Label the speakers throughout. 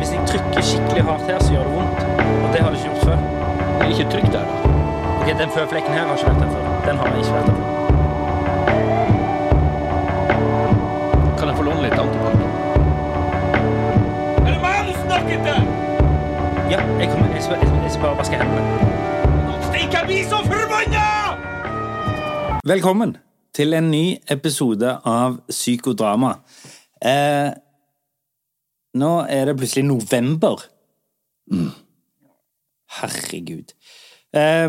Speaker 1: hvis jeg trykker skikkelig hardt her, så gjør det vondt. Og det har det ikke gjort før.
Speaker 2: Det er ikke trygt der, da.
Speaker 1: Ok, den føflekken her har ikke vært der før. Den har jeg ikke vært der før.
Speaker 2: Kan jeg få låne litt antibac? Er det meg du snakker til?
Speaker 1: Ja, jeg kommer, jeg skal, jeg skal- jeg skal bare vaske hendene.
Speaker 2: Ikke bli så forbanna!
Speaker 3: Velkommen til en ny episode av Psykodrama. Eh, nå er det plutselig november. Mm. Herregud. Eh,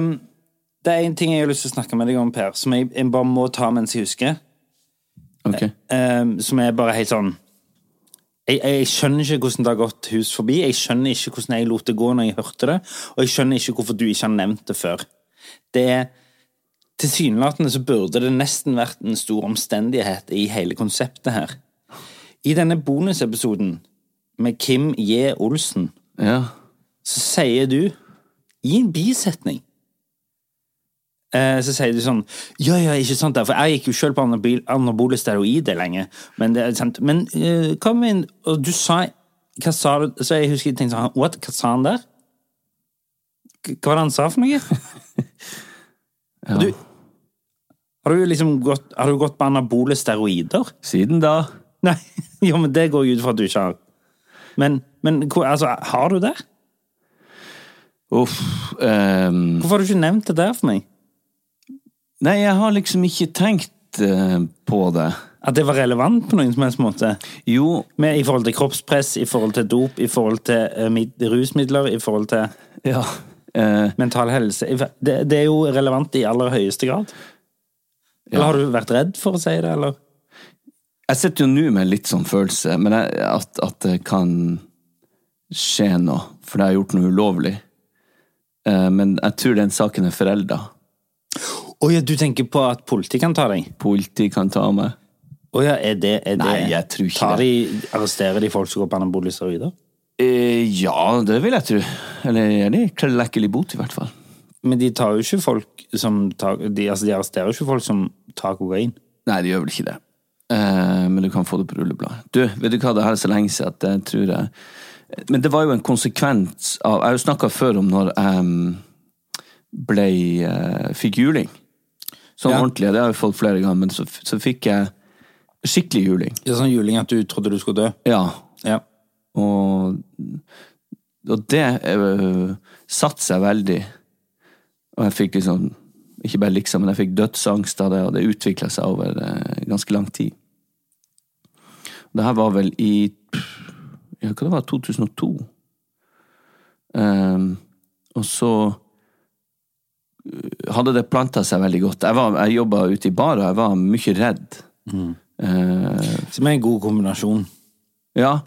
Speaker 3: det er én ting jeg har lyst til å snakke med deg om, Per, som jeg, jeg bare må ta mens jeg husker.
Speaker 4: Ok.
Speaker 3: Eh, som er bare helt sånn jeg, jeg skjønner ikke hvordan det har gått hus forbi. Jeg skjønner ikke hvordan jeg lot det gå når jeg hørte det, og jeg skjønner ikke hvorfor du ikke har nevnt det før. Det er Tilsynelatende så burde det nesten vært en stor omstendighet i hele konseptet her. I denne bonusepisoden med Kim J. Olsen,
Speaker 4: Ja.
Speaker 3: så sier du, i en bisetning eh, så sier du sånn Ja, ja, ikke sant, da, for jeg gikk jo sjøl på anabil- anabole steroider lenge. Men det er sant. Men eh, kom inn, og du sa Hva sa du? Så jeg husker jeg tenkte sånn What? Hva sa han der? Hva hva var det han sa for noe? Du, har du liksom gått, har du gått på anabole steroider?
Speaker 4: Siden da
Speaker 3: Nei, jo, men det går jo ut fra at du ikke har. Men, men hvor- altså, har du det?
Speaker 4: Uff. ehm,
Speaker 3: Hvorfor har du ikke nevnt det der for meg?
Speaker 4: nei, jeg har liksom ikke tenkt eh, på det.
Speaker 3: At det var relevant på noen som helst måte?
Speaker 4: Jo,
Speaker 3: Med, I forhold til kroppspress, i forhold til dop, i forhold til eh, mid, rusmidler, i forhold til
Speaker 4: ja. eh,
Speaker 3: mental helse i fe- det, det er jo relevant i aller høyeste grad. Eller har du vært redd for å si det, eller?
Speaker 4: jeg sitter jo nå med litt sånn følelse men jeg, at, at det kan skje noe, for jeg har gjort noe ulovlig. Eh, men jeg tror den saken er forelda.
Speaker 3: Å ja, du tenker på at politiet kan ta deg?
Speaker 4: Politi kan ta meg.
Speaker 3: Å ja, er det, er det
Speaker 4: Nei, jeg tror ikke
Speaker 3: tar de, Arresterer de folk som går på anabole steroider?
Speaker 4: Eh, ja, det vil jeg tro. Eller er det klælekkelig bot, i hvert fall.
Speaker 3: Men de tar jo ikke folk som tar, de, altså de arresterer jo ikke folk som tar kokain.
Speaker 4: Nei, det gjør vel ikke det. Eh, men du kan få det på rullebladet. Du, vet du hva, det her er så lenge siden at jeg tror jeg Men det var jo en konsekvens av Jeg har jo snakka før om når jeg mm, ble eh, Fikk juling. Sånn
Speaker 3: Ja.
Speaker 4: ordentlig. Det har jeg fått flere ganger, men så, f- så fikk jeg skikkelig juling.
Speaker 3: Det er sånn juling at du trodde du skulle dø.
Speaker 4: Ja.
Speaker 3: Ja.
Speaker 4: Og, og det eh, satte seg veldig. Og jeg fikk liksom Ikke bare liksom, men jeg fikk dødsangst av det, og det utvikla seg over eh, ganske lang tid. Det her var vel i ja, hva det var, 2002. Ehm, og så eh, hadde det planta seg veldig godt. Jeg, var- jeg jobba ute i bar, og jeg var mye redd. Eh,
Speaker 3: Som er en god kombinasjon.
Speaker 4: ja.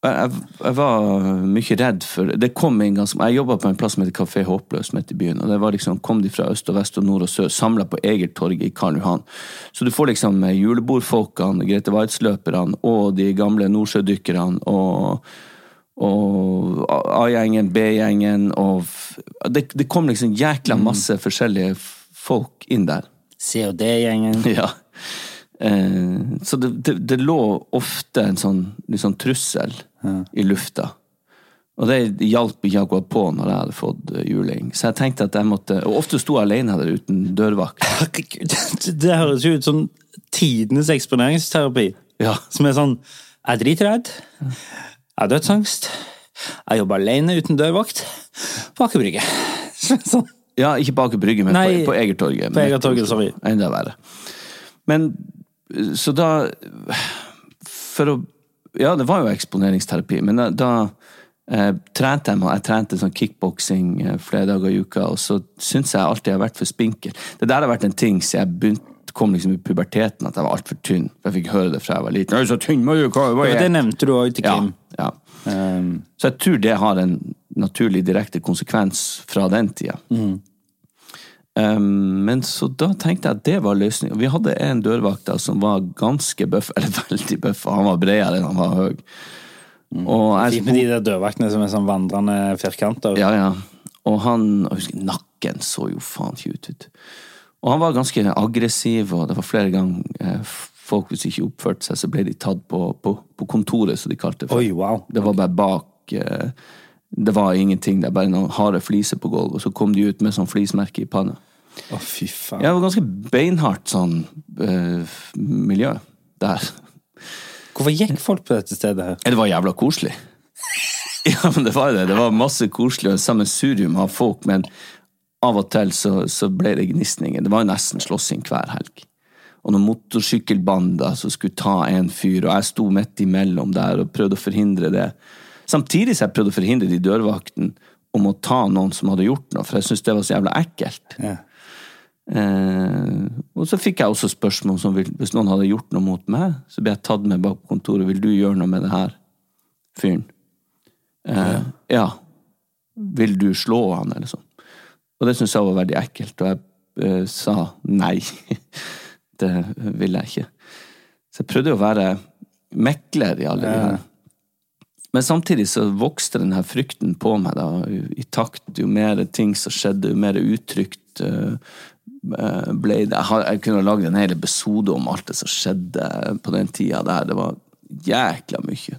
Speaker 4: Jeg, jeg, jeg var øh, mye redd for Det kom en ganske Jeg jobba på en plass som heter Kafé Håpløs midt i byen. og det var liksom, Kom de fra øst og vest og nord og sør, samla på Egertorget i Karl Johan. Så du får liksom eh, julebordfolkene, Grete Waitz-løperne og de gamle nordsjødykkerne og og Mm. A- A-gjengen, B-gjengen og f- det, det kom liksom jækla masse forskjellige f- folk inn der.
Speaker 3: COD-gjengen.
Speaker 4: Ja. Eh, så det, det, det lå ofte en sånn, litt sånn trussel i lufta. Og det hjalp ikke akkurat på når jeg hadde fått eh, juling. Så jeg tenkte at jeg måtte Og ofte sto jeg alene her uten dørvakt.
Speaker 3: Herregud, det høres jo ut som tidenes eksponeringsterapi.
Speaker 4: Ja.
Speaker 3: Som er sånn Jeg er dritredd. Jeg har dødsangst. Jeg jobber alene uten dørvakt. På Aker Brygge. Sånn.
Speaker 4: Ja, ikke på Aker Brygge, men
Speaker 3: Nei,
Speaker 4: på, på Egertorget.
Speaker 3: på Egertorget, sorry.
Speaker 4: Enda verre. Men så da For å Ja, det var jo eksponeringsterapi, men da, da eh, trente jeg meg. Jeg trente sånn kickboksing eh, flere dager i uka, og så syns jeg alltid jeg har vært for spinkel. Det der har vært en ting siden jeg begynte kom liksom i puberteten at jeg var altfor tynn. Jeg fikk høre det fra jeg var liten. «Nei, så tynn må du ikke være, hva er
Speaker 3: Og det nevnte du òg til
Speaker 4: ja,
Speaker 3: Kim.
Speaker 4: ja. Så jeg tror det har en naturlig direkte konsekvens fra den tida. Um, men så da tenkte jeg at det var løsninga. Vi hadde en dørvakt da som var ganske bøff, eller veldig bøff, og han var bredere enn han var høy. Og jeg,
Speaker 3: Fint med de der dørvaktene som er sånn vandrende firkanter.
Speaker 4: Altså, ja, ja. Og han og jeg husker, Nakken så jo faen ikke ut. vet du. Og han var ganske aggressiv, og det var flere ganger eh, folk hvis ikke oppførte seg, så ble de tatt på, på, på kontoret, som de kalte det. for.
Speaker 3: Oi, wow.
Speaker 4: Det var bare bak eh, Det var ingenting der, bare noen harde fliser på gulvet, og så kom de ut med sånn flismerke i panna.
Speaker 3: Å, fy faen.
Speaker 4: Ja, det var ganske beinhardt sånn eh, miljø der.
Speaker 3: Hvorfor gikk folk på dette stedet her?
Speaker 4: Ja, Det var jævla koselig. Ja, men det var det. Det var masse koselig og sammensurium av folk, men av og til så, så ble det gnisninger. Det var jo nesten slåssing hver helg. Og noen motorsykkelbander som skulle ta en fyr, og jeg sto midt imellom der og prøvde å forhindre det. Samtidig som jeg prøvde å forhindre de dørvakten om å ta noen som hadde gjort noe, for jeg syntes det var så jævla ekkelt. Eh, og så fikk jeg også spørsmål som vil- hvis noen hadde gjort noe mot meg, så ble jeg tatt med bak på kontoret. Vil du gjøre noe med det her fyren? Eh, ja. Vil du slå han, eller sånn? Og det syntes jeg var veldig ekkelt, og jeg eh, sa nei. det vil jeg ikke. Så jeg prøvde å være mekler i alle de her. Men samtidig så vokste den her frykten på meg, da, i takt. Jo mer ting som skjedde, jo mer utrygt eh, eh, ble det. Jeg, har, jeg kunne lagd en hel episode om alt det som skjedde på den tida der. Det var jækla mye.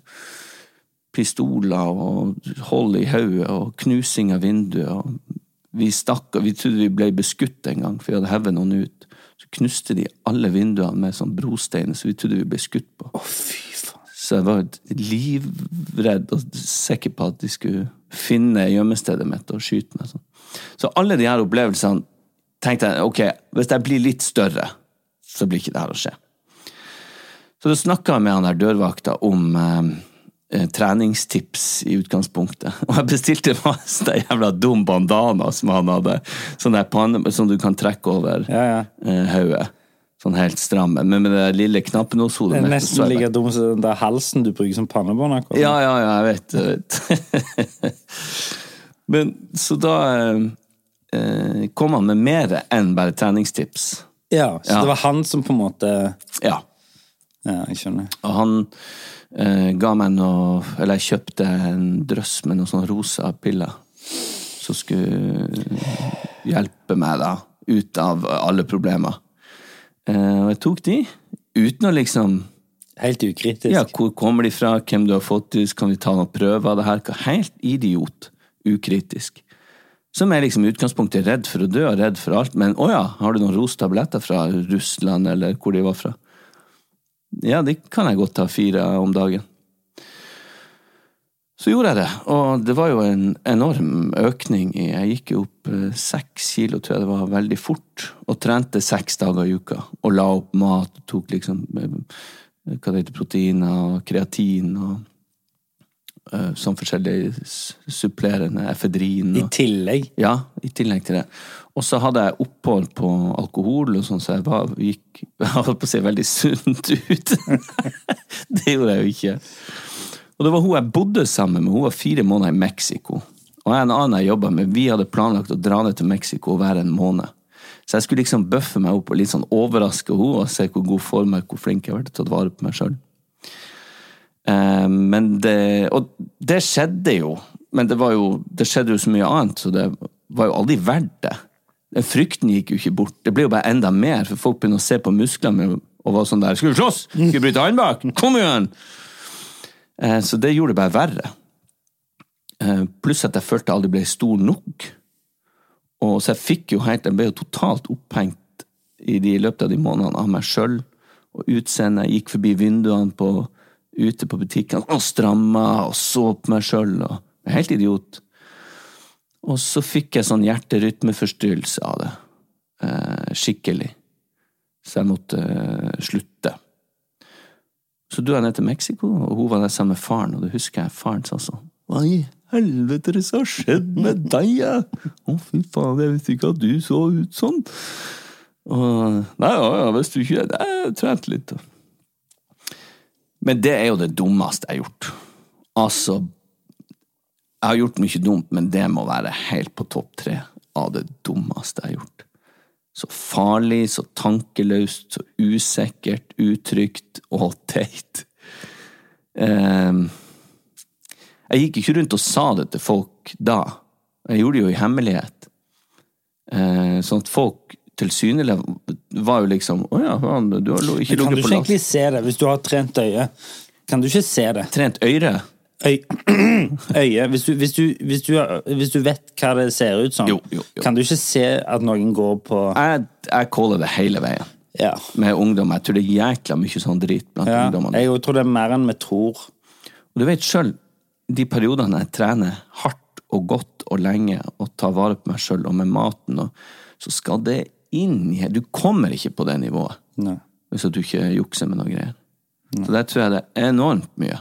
Speaker 4: Pistoler og hold i hodet og knusing av vinduet. Og vi stakk, og vi trodde vi ble beskutt en gang, for vi hadde hevet noen ut. Så knuste de alle vinduene med sånn brostein, så vi trodde vi ble skutt på. Så jeg var livredd og sikker på at de skulle finne gjemmestedet mitt og skyte meg. Sånn. Så alle de her opplevelsene tenkte jeg ok, hvis jeg blir litt større, så blir ikke det her å skje. Så da snakka jeg med han der dørvakta om eh, eh, treningstips i utgangspunktet. Og jeg bestilte masse de jævla dum bandana som han hadde. Sånn der panne som du kan trekke over
Speaker 3: Ja, ja.
Speaker 4: eh, hodet. Sånn helt stramme. Men med det der lille knappenoshodet
Speaker 3: Det er
Speaker 4: mitt, så
Speaker 3: nesten
Speaker 4: jeg bare-
Speaker 3: like dum som den der halsen du bruker som pannebånd. akkurat.
Speaker 4: ja, ja, ja, jeg vet, jeg vet. Men så da eh, eh, kom han med mer enn bare treningstips.
Speaker 3: Ja, så
Speaker 4: Ja.
Speaker 3: det var han som på en måte
Speaker 4: Ja.
Speaker 3: Ja, jeg skjønner.
Speaker 4: Og han eh, ga meg noe Eller jeg kjøpte en drøss med noen sånne rosa piller som skulle hjelpe meg da ut av alle problemer. Eh, og jeg tok de uten å liksom
Speaker 3: Helt ukritisk.
Speaker 4: Ja, hvor kommer de fra, hvem du har fått det, kan vi ta noen prøver av det her? Helt idiot. Ukritisk. Som er liksom i utgangspunktet redd for å dø og redd for alt, men å ja, har du noen rostabletter fra Russland, eller hvor de var fra? Ja, de kan jeg godt ta fire om dagen. Så gjorde jeg det, og det var jo en enorm økning i Jeg gikk jo opp eh, seks kilo, tror jeg det var, veldig fort, og trente seks dager i uka. Og la opp mat, og tok liksom eh, hva det heter, proteiner og kreatin og eh, sånn forskjellig s- supplerende efedrin.
Speaker 3: I
Speaker 4: og-
Speaker 3: tillegg.
Speaker 4: ja, i tillegg til det. Og så hadde jeg opphold på alkohol, og sånn, så jeg var, gikk jeg holdt på å se veldig sunt ut. det gjorde jeg jo ikke. Og det var hun jeg bodde sammen med. Hun var fire måneder i Mexico. Og jeg og en annen jeg jobba med, vi hadde planlagt å dra ned til Mexico og være en måned. Så jeg skulle liksom bøffe meg opp og litt sånn overraske henne og se hvor god form jeg hvor flink jeg har vært til å ta vare på meg sjøl. Eh, men det, og det skjedde jo. Men det, var jo, det skjedde jo så mye annet, så det var jo aldri verdt det. Den frykten gikk jo ikke bort. Det ble jo bare enda mer, for folk begynner å se på musklene og var sånn der Skal vi slåss? Skal vi bryte armbak? Kom igjen! Eh, Så det gjorde det bare verre. Eh, Pluss at jeg følte jeg aldri ble stor nok. Og så jeg fikk jo helt Jeg ble jo totalt opphengt i de i løpet av de månedene av meg sjøl og utseendet. Jeg Gikk forbi vinduene på, ute på butikkene og stramma og så på meg sjøl. Helt idiot. Og så fikk jeg sånn hjerterytmeforstyrrelse av det. Eh, skikkelig. Så jeg måtte eh, slutte. Så dro jeg ned til Mexico, og hun var der sammen med faren, og det husker jeg faren sa sånn Hva i helvete er det som har skjedd med deg, ja? Å, fy faen, jeg visste ikke at du så ut sånn. Og Nei, ja, ja, hvis du ikke Nei, Jeg trente litt, da. Men det er jo det dummeste jeg har gjort. Altså jeg har gjort mye dumt, men det må være helt på topp tre av det dummeste jeg har gjort. Så farlig, så tankeløst, så usikkert, utrygt og teit. Ehm, jeg gikk ikke rundt og sa det til folk da. Jeg gjorde det jo i hemmelighet. Eh, sånn at folk tilsynelatende var jo liksom Å ja, faen, du har lo- ikke
Speaker 3: Men Kan du ikke
Speaker 4: ligget på last.
Speaker 3: egentlig se det, hvis du har trent øye? Kan du ikke se det?
Speaker 4: Trent øyre?
Speaker 3: Øy, øye hvis du, hvis, du, hvis, du, hvis du vet hva det ser ut som,
Speaker 4: Jo, jo, jo.
Speaker 3: kan du ikke se at noen går på
Speaker 4: Jeg, jeg caller det hele veien.
Speaker 3: Ja.
Speaker 4: med ungdom. Jeg tror det er jækla mye sånn drit blant
Speaker 3: ja
Speaker 4: ungdommene.
Speaker 3: jeg tror det er mer enn vi tror.
Speaker 4: Og du vet sjøl, de periodene jeg trener hardt og godt og lenge og tar vare på meg sjøl og med maten, og, så skal det inn i Du kommer ikke på det nivået hvis at du ikke jukser med noe greier. Så der tror jeg det er enormt mye.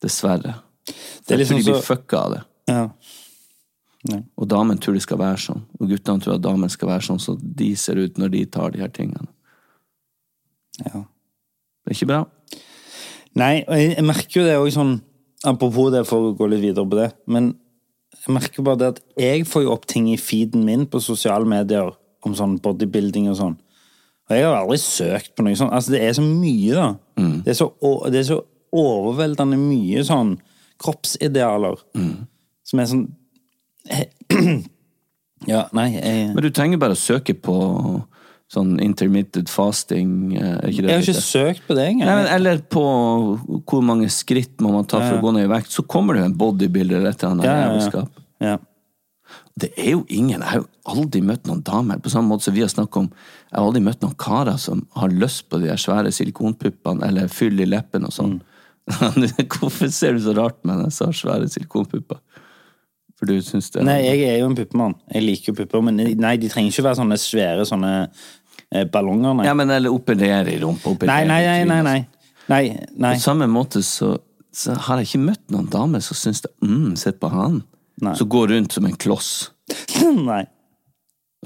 Speaker 4: Dessverre.
Speaker 3: Det er liksom
Speaker 4: jeg tror de blir
Speaker 3: så-
Speaker 4: fucka av det.
Speaker 3: Ja.
Speaker 4: Og damene tror det skal være sånn. Og guttene tror at damene skal være sånn som de ser ut når de tar de her tingene.
Speaker 3: Ja.
Speaker 4: Det er ikke bra.
Speaker 3: Nei, og jeg, jeg merker jo det òg sånn Apropos det, for å gå litt videre på det, men jeg merker bare det at jeg får jo opp ting i feeden min på sosiale medier om sånn bodybuilding og sånn. Og jeg har aldri søkt på noe sånt. Altså, det er så mye, da.
Speaker 4: Mm.
Speaker 3: Det, er så, o- det er så overveldende mye sånn kroppsidealer
Speaker 4: Mm.
Speaker 3: som er sånn Ja, nei, jeg
Speaker 4: Men du trenger bare å søke på sånn intermitted fasting, eh, er ikke det
Speaker 3: Jeg har
Speaker 4: det
Speaker 3: ikke
Speaker 4: heter?
Speaker 3: søkt på det engang.
Speaker 4: Nei, men, eller på hvor mange skritt må man ta for å gå ned i vekt, så kommer det jo en bodybuilder eller et eller annet
Speaker 3: Ja, ja, ja.
Speaker 4: jævelskap.
Speaker 3: Ja.
Speaker 4: Det er jo ingen, jeg har jo aldri møtt noen damer, på samme måte som vi har snakket om, jeg har aldri møtt noen karer som har lyst på de der svære silikonpuppene, eller fyll i leppen og sånn.
Speaker 3: Mm.
Speaker 4: Hvorfor ser du så rart med når jeg sa svære silikonpupper? For du synes det?
Speaker 3: Nei, jeg er jo en puppemann. Jeg liker jo pupper, men nei, de trenger ikke være sånne svære sånne eh, ballonger, nei.
Speaker 4: Ja, men eller operere i rumpa, operere
Speaker 3: nei, nei,
Speaker 4: i
Speaker 3: nei,
Speaker 4: trynet,
Speaker 3: nei, nei. Nei, nei.
Speaker 4: På samme måte så, så har jeg ikke møtt noen dame som syns det mm, Sett på han.
Speaker 3: Nei.
Speaker 4: Som går rundt som en kloss.
Speaker 3: nei.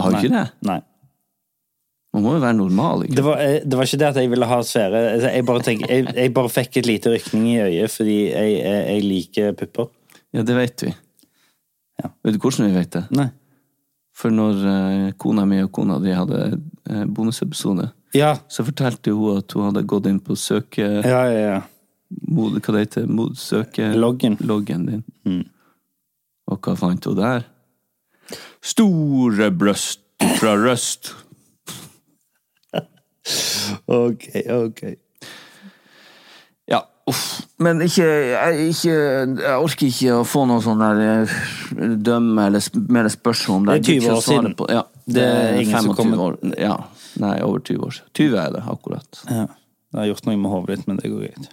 Speaker 4: Har du ikke det?
Speaker 3: nei.
Speaker 4: Man må jo være normal.
Speaker 3: Det
Speaker 4: Ikke?
Speaker 3: var, eh, det var ikke det at jeg ville ha svære altså, Jeg bare, tenker, jeg, jeg bare fikk et lite rykning i øyet fordi jeg, jeg, jeg liker pupper.
Speaker 4: Ja, det vet vi.
Speaker 3: Ja.
Speaker 4: Vet du hvordan vi vet det?
Speaker 3: Nei.
Speaker 4: For når eh, kona mi og kona di hadde eh, bonusepisode,
Speaker 3: Ja.
Speaker 4: så fortalte hun at hun hadde gått inn på søke...
Speaker 3: Ja, ja, ja.
Speaker 4: Mod, hva det heter mod, søke...
Speaker 3: Loggen.
Speaker 4: Loggen Mm. din. Og hva fant hun der? Store bryst fra Røst.
Speaker 3: Ok, ok.
Speaker 4: Ja, uff. Men ikke, jeg, ikke, jeg orker ikke å få noe sånn der eh, dømme eller sp- mer spørsmål om det.
Speaker 3: Det er
Speaker 4: Jeg
Speaker 3: 20 år
Speaker 4: gidder ikke å svare
Speaker 3: siden.
Speaker 4: På, ja,
Speaker 3: Det
Speaker 4: det
Speaker 3: er
Speaker 4: er
Speaker 3: ingen som
Speaker 4: 25
Speaker 3: kommer-
Speaker 4: år. Ja, nei, over 20 år. 20 er det, akkurat.
Speaker 3: Ja. Jeg har gjort noe med hodet ditt, men det går greit.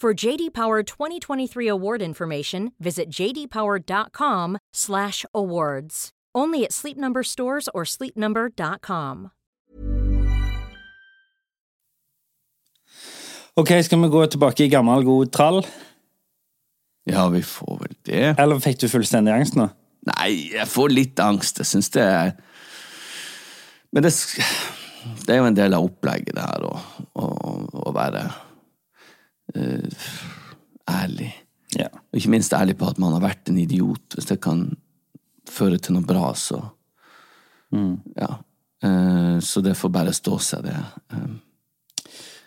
Speaker 5: For JD Power 2023 award information, visit jdpower.com/awards. Only at Sleep Number stores or sleepnumber.com.
Speaker 3: Ok, skal vi gå tilbake i gammel, god trall?
Speaker 4: Ja, vi får vel det.
Speaker 3: Eller fikk du fullstendig angst nå?
Speaker 4: Nei, jeg får litt angst. Jeg syns det er Men det, sk- det er jo en del av opplegget, det her, å, å, å være eh, ærlig.
Speaker 3: Ja.
Speaker 4: Og ikke minst ærlig på at man har vært en idiot. Hvis det kan føre til noe bra, så Ja. Eh, så det får bare stå seg, det. Eh,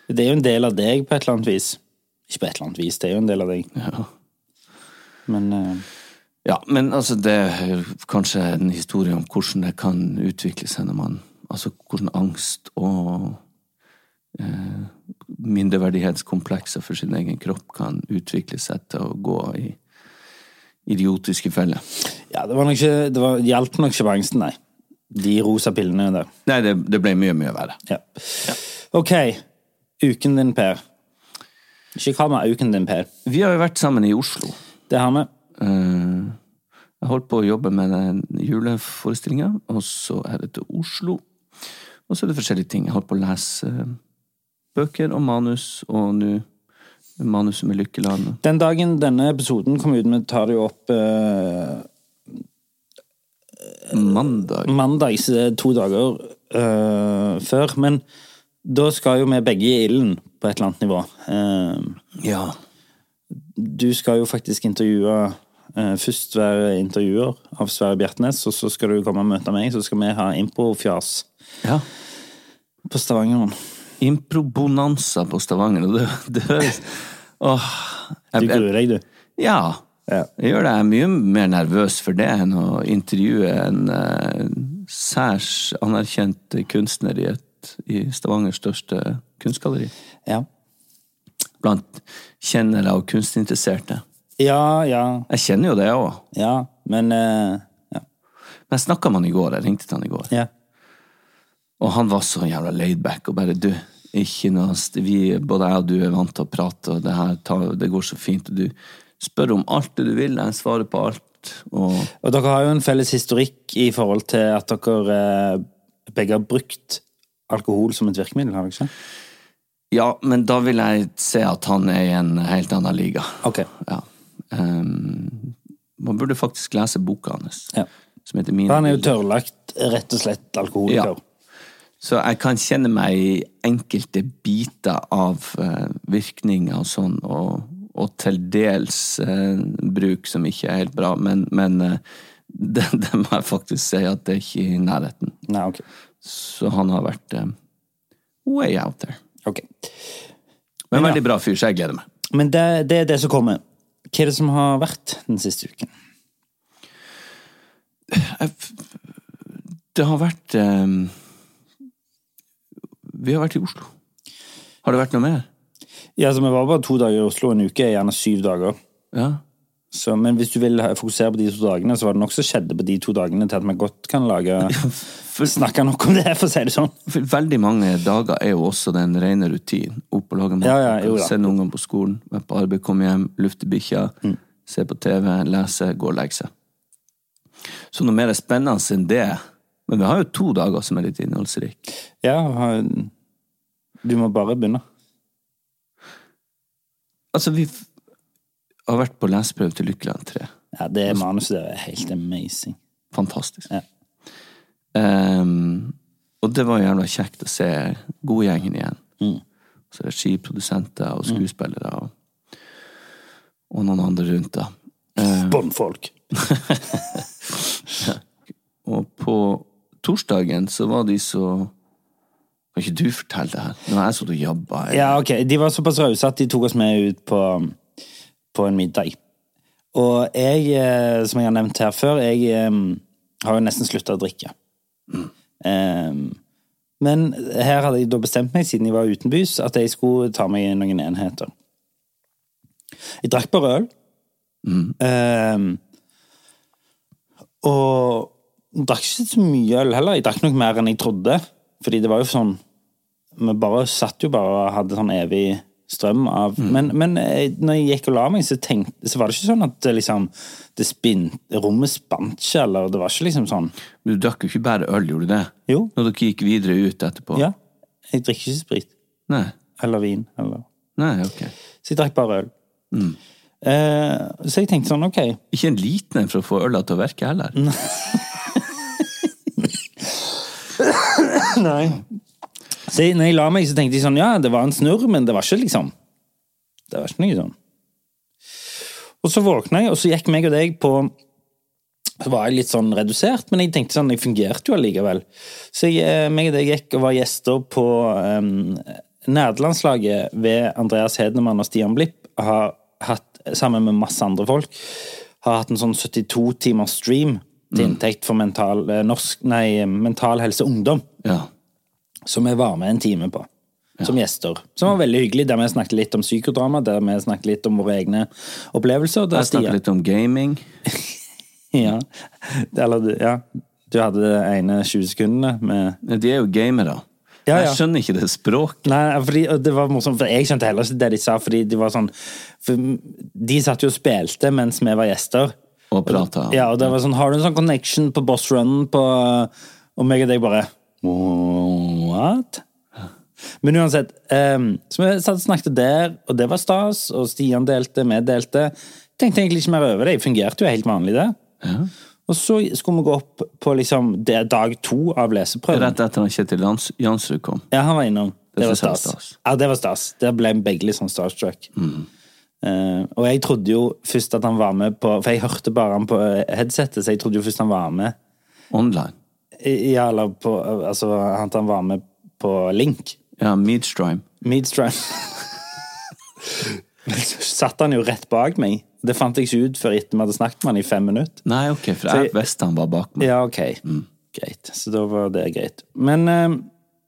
Speaker 3: Det er jo en del av deg på et eller annet vis. Ikke på et eller annet vis, det er jo en del av deg.
Speaker 4: ja.
Speaker 3: Men eh,
Speaker 4: ja, men altså, det er kanskje en historie om hvordan det kan utvikle seg når man Altså hvordan angst og eh, mindreverdighetskomplekser for sin egen kropp kan utvikle seg til å gå i idiotiske feller.
Speaker 3: ja, det var nok ikke Det var, hjalp nok ikke på angsten, nei. De rosa pillene der.
Speaker 4: Nei, det, det ble mye, mye verre.
Speaker 3: Ja. Ok. Uken din, Per. Ikke hva med uken din, Per.
Speaker 4: Vi har jo vært sammen i Oslo.
Speaker 3: Det har vi.
Speaker 4: Eh, Jeg holdt på å jobbe med den juleforestillinga, og så er det til Oslo. Og så er det forskjellige ting. Jeg holdt på å lese eh, bøker og manus, og nå manuset med Lykkeland.
Speaker 3: Den dagen denne episoden kom ut, vi tar det jo opp eh,
Speaker 4: Mandag.
Speaker 3: mandag, så det er to dager eh, før. Men da skal jo vi begge i ilden på et eller annet nivå. Eh,
Speaker 4: Ja.
Speaker 3: du skal jo faktisk intervjue eh, Først være intervjuer av Sverre Bjertnæs, og så skal du komme og møte meg, så skal vi ha improfjas
Speaker 4: ja.
Speaker 3: på Stavangeren.
Speaker 4: Improbonanza på Stavanger. og Det, det høres Åh.
Speaker 3: Du
Speaker 4: Jeg, jeg,
Speaker 3: gruer deg, du.
Speaker 4: ja.
Speaker 3: Ja.
Speaker 4: Jeg gjør det. Jeg er mye mer nervøs for det enn å intervjue en eh, særs anerkjent kunstner i, et, i Stavangers største kunstgalleri.
Speaker 3: Ja.
Speaker 4: blant kjennere og kunstinteresserte.
Speaker 3: Ja, ja,
Speaker 4: Jeg kjenner jo det òg.
Speaker 3: ja. Men eh, ja.
Speaker 4: Men jeg snakka med han i går, jeg ringte til han i går,
Speaker 3: ja.
Speaker 4: og han var så jævla laidback og bare du, ikke noe st- vi, Både jeg og du er vant til å prate, og det her tar, det går så fint, og du spør om alt det du vil, jeg svarer på alt, og
Speaker 3: Og dere har jo en felles historikk i forhold til at dere eh, begge har brukt alkohol som et virkemiddel, har dere ikke?
Speaker 4: Ja, men da vil jeg se at han er i en helt annen liga.
Speaker 3: Ok.
Speaker 4: Ja. Ehm, man burde faktisk lese boka hans,
Speaker 3: Ja.
Speaker 4: som heter Mine
Speaker 3: For han er jo
Speaker 4: bilder.
Speaker 3: tørrlagt rett og slett alkoholiker.
Speaker 4: Så jeg kan kjenne meg i enkelte biter av eh, virkninger og sånn, og, og til dels eh, bruk som ikke er helt bra, men, men eh, det, det må jeg faktisk si at det er ikke i nærheten.
Speaker 3: Nei, ok.
Speaker 4: Så han har vært eh, way out there.
Speaker 3: Ok.
Speaker 4: Men veldig bra fyr, så jeg gleder meg.
Speaker 3: Men det, det er det som kommer. Hva er det som har vært den siste uken?
Speaker 4: Eh, Det har vært eh, Vi har vært i Oslo. Har det vært noe mer?
Speaker 3: Ja, altså, Vi var bare to dager i Oslo. En uke er gjerne syv dager.
Speaker 4: Ja.
Speaker 3: Så, men hvis du vil ha- fokusere på de to dagene, så var det nok som skjedde på de to dagene til at vi godt kan lage Snakke nok om det, for å si det sånn.
Speaker 4: For veldig mange dager er jo også den rene rutinen. Opp og lage mat,
Speaker 3: Ja, ja, jo da. Mm.
Speaker 4: sende ungene på skolen, være på arbeid, komme hjem, lufte bikkja, se på TV, lese, gå og legge seg. Så noe mer spennende enn det. Men vi har jo to dager som er litt innholdsrike.
Speaker 3: Ja, ha- du må bare begynne.
Speaker 4: Altså, vi f- har vært på leseprøve til Lykkeland 3.
Speaker 3: Ja, det manuset der er helt amazing.
Speaker 4: Fantastisk.
Speaker 3: Ja.
Speaker 4: Ehm, og det var jævla kjekt å se godgjengen igjen.
Speaker 3: Mm.
Speaker 4: Så regiprodusenter og skuespillere og, og noen andre rundt, da.
Speaker 3: Båndfolk.
Speaker 4: Og på torsdagen så var de så Kan ikke du fortelle det her? Nå har jeg sittet og jabba. jeg-
Speaker 3: Ja, ok. De var såpass rause at de tok oss med ut på, på en middag. Og jeg, eh, som jeg har nevnt her før, jeg eh, har jo nesten slutta å drikke. Eh, men her hadde jeg da bestemt meg, siden jeg var utenbys, at jeg skulle ta meg noen enheter. Jeg drakk bare øl. Eh, og drakk ikke så mye øl heller. Jeg drakk nok mer enn jeg trodde. Fordi det var jo sånn vi bare satt jo bare og hadde sånn evig strøm av men, men eh, når jeg gikk og la meg, så, tenkte, så var det ikke sånn at det liksom det spin, Rommet spant ikke, eller det var ikke liksom sånn
Speaker 4: Men du drakk jo ikke bare øl, gjorde du det?
Speaker 3: Jo.
Speaker 4: Når dere gikk videre ut etterpå?
Speaker 3: Ja, jeg drikker ikke sprit.
Speaker 4: Nei.
Speaker 3: Eller vin. Eller.
Speaker 4: Nei, ok.
Speaker 3: Så jeg drakk bare øl. Eh, så jeg tenkte sånn, OK.
Speaker 4: Ikke en liten en for å få øla til å virke heller.
Speaker 3: Nei. Så jeg, når jeg la meg, så tenkte jeg sånn Ja, det var en snurr, men det var ikke liksom Det var ikke noe sånn. Og så våkna jeg, og så gikk meg og deg på Så var jeg litt sånn redusert, men jeg tenkte sånn Jeg fungerte jo allikevel. Så jeg, eh, meg og deg gikk og var gjester på um, Nerdelandslaget ved Andreas Hedemann og Stian Blipp har hatt, sammen med masse andre folk, har hatt en sånn 72 timers stream til inntekt for mental, eh, norsk, nei, mental helse ungdom
Speaker 4: Ja.
Speaker 3: som jeg var med en time på. Som gjester. Som var veldig hyggelig, der vi snakket litt om psykodrama, der vi snakket litt om våre egne opplevelser. Der
Speaker 4: Jeg snakket
Speaker 3: Stian-
Speaker 4: litt om gaming.
Speaker 3: Ja. Eller, du- ja. Du hadde det ene 20 sekundene med
Speaker 4: Ja, De er jo gamere.
Speaker 3: Ja,
Speaker 4: Jeg
Speaker 3: ja.
Speaker 4: skjønner ikke det språket.
Speaker 3: Nei, fordi, og det var morsomt, for jeg skjønte heller ikke det de sa, fordi de var sånn for De satt jo og spilte mens vi var gjester.
Speaker 4: Og prata.
Speaker 3: Ja, og det var sånn Har du en sånn connection på boss runnen på eh, Og meg og deg bare What? Men uansett, ehm, så vi satt og snakket der, og det var stas, og Stian delte, vi delte. Tenkte egentlig ikke mer over det, jeg fungerte jo helt vanlig det. Og så skulle vi gå opp på liksom det er dag to av leseprøven.
Speaker 4: Rett etter at Kjetil Jans- Jansrud kom.
Speaker 3: Ja, han var innom. Det,
Speaker 4: Det
Speaker 3: var
Speaker 4: synes jeg var
Speaker 3: stas.
Speaker 4: stas.
Speaker 3: Ja, det var stas. Der ble begge litt sånn starstruck. Eh, og jeg trodde jo først at han var med på For jeg hørte bare han på eh, headsetet, så jeg trodde jo først han var med
Speaker 4: Online.
Speaker 3: I- Ja, eller på Altså, at han var med på Link.
Speaker 4: Ja, Meadstrime.
Speaker 3: Meadstrime. Men så satt han jo rett bak meg. Det fant jeg ikke ut før etter vi hadde snakket med han i fem minutter.
Speaker 4: Nei, ok, for
Speaker 3: Så
Speaker 4: jeg
Speaker 3: jeg-
Speaker 4: visste han var bak meg. Ja.
Speaker 3: Ja, ok.
Speaker 4: Mm.
Speaker 3: Greit. Så da var det greit. Men eh,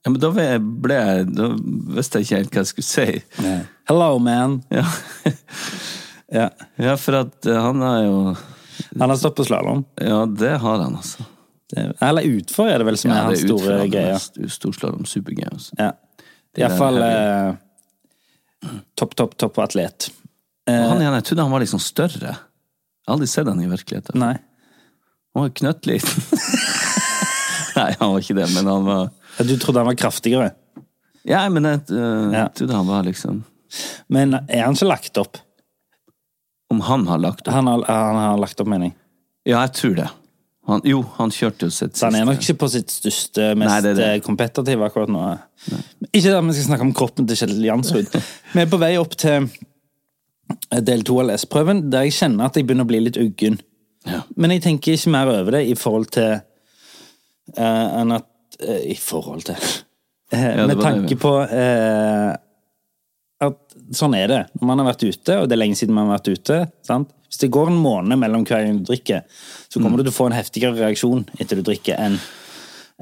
Speaker 4: men da ble jeg, ble jeg Da visste jeg ikke helt hva jeg skulle si.
Speaker 3: hello, man.
Speaker 4: Ja,
Speaker 3: Ja.
Speaker 4: ja for at eh, han er jo
Speaker 3: Han har stått på slalåm.
Speaker 4: Ja, det har han, altså.
Speaker 3: Det- Eller utfor er det vel som
Speaker 4: Ja,
Speaker 3: er hans
Speaker 4: det utfører
Speaker 3: store
Speaker 4: han
Speaker 3: greia.
Speaker 4: mest. Storslått om altså. supergames.
Speaker 3: Ja.
Speaker 4: er den
Speaker 3: Iallfall
Speaker 4: heavy.
Speaker 3: eh, topp, topp, topp atlet.
Speaker 4: Og Han igjen, jeg trodde han var liksom større. Jeg har aldri sett han i virkeligheten.
Speaker 3: Nei.
Speaker 4: Han var knøttliten. Nei, han var ikke det, men han var
Speaker 3: Ja, Du trodde han var kraftigere,
Speaker 4: Ja, men jeg eh,
Speaker 3: Ja.
Speaker 4: trodde han var liksom
Speaker 3: men er han ikke lagt opp?
Speaker 4: Om han har lagt opp?
Speaker 3: Han har, han har lagt opp, mener jeg.
Speaker 4: Ja, jeg tror det. Han, jo, han kjørte jo sitt
Speaker 3: Så han er
Speaker 4: siste.
Speaker 3: nok ikke på sitt største, mest
Speaker 4: Nei, det er det.
Speaker 3: eh, kompetitive akkurat nå. Men Ikke at vi skal snakke om kroppen til Kjell Jansrud. Vi er på vei opp til eh, del to av leseprøven, der jeg kjenner at jeg begynner å bli litt uggen. Men jeg tenker ikke mer over det i forhold til eh, enn at eh, I forhold til Eh,
Speaker 4: Ja, det
Speaker 3: Med
Speaker 4: var det,
Speaker 3: tanke
Speaker 4: ja.
Speaker 3: på eh, at sånn er det. Når man har vært ute, og det er lenge siden man har vært ute sant? Hvis det går en måned mellom hver gang du drikker, så
Speaker 4: Mm.
Speaker 3: kommer du til å få en heftigere reaksjon etter du drikker enn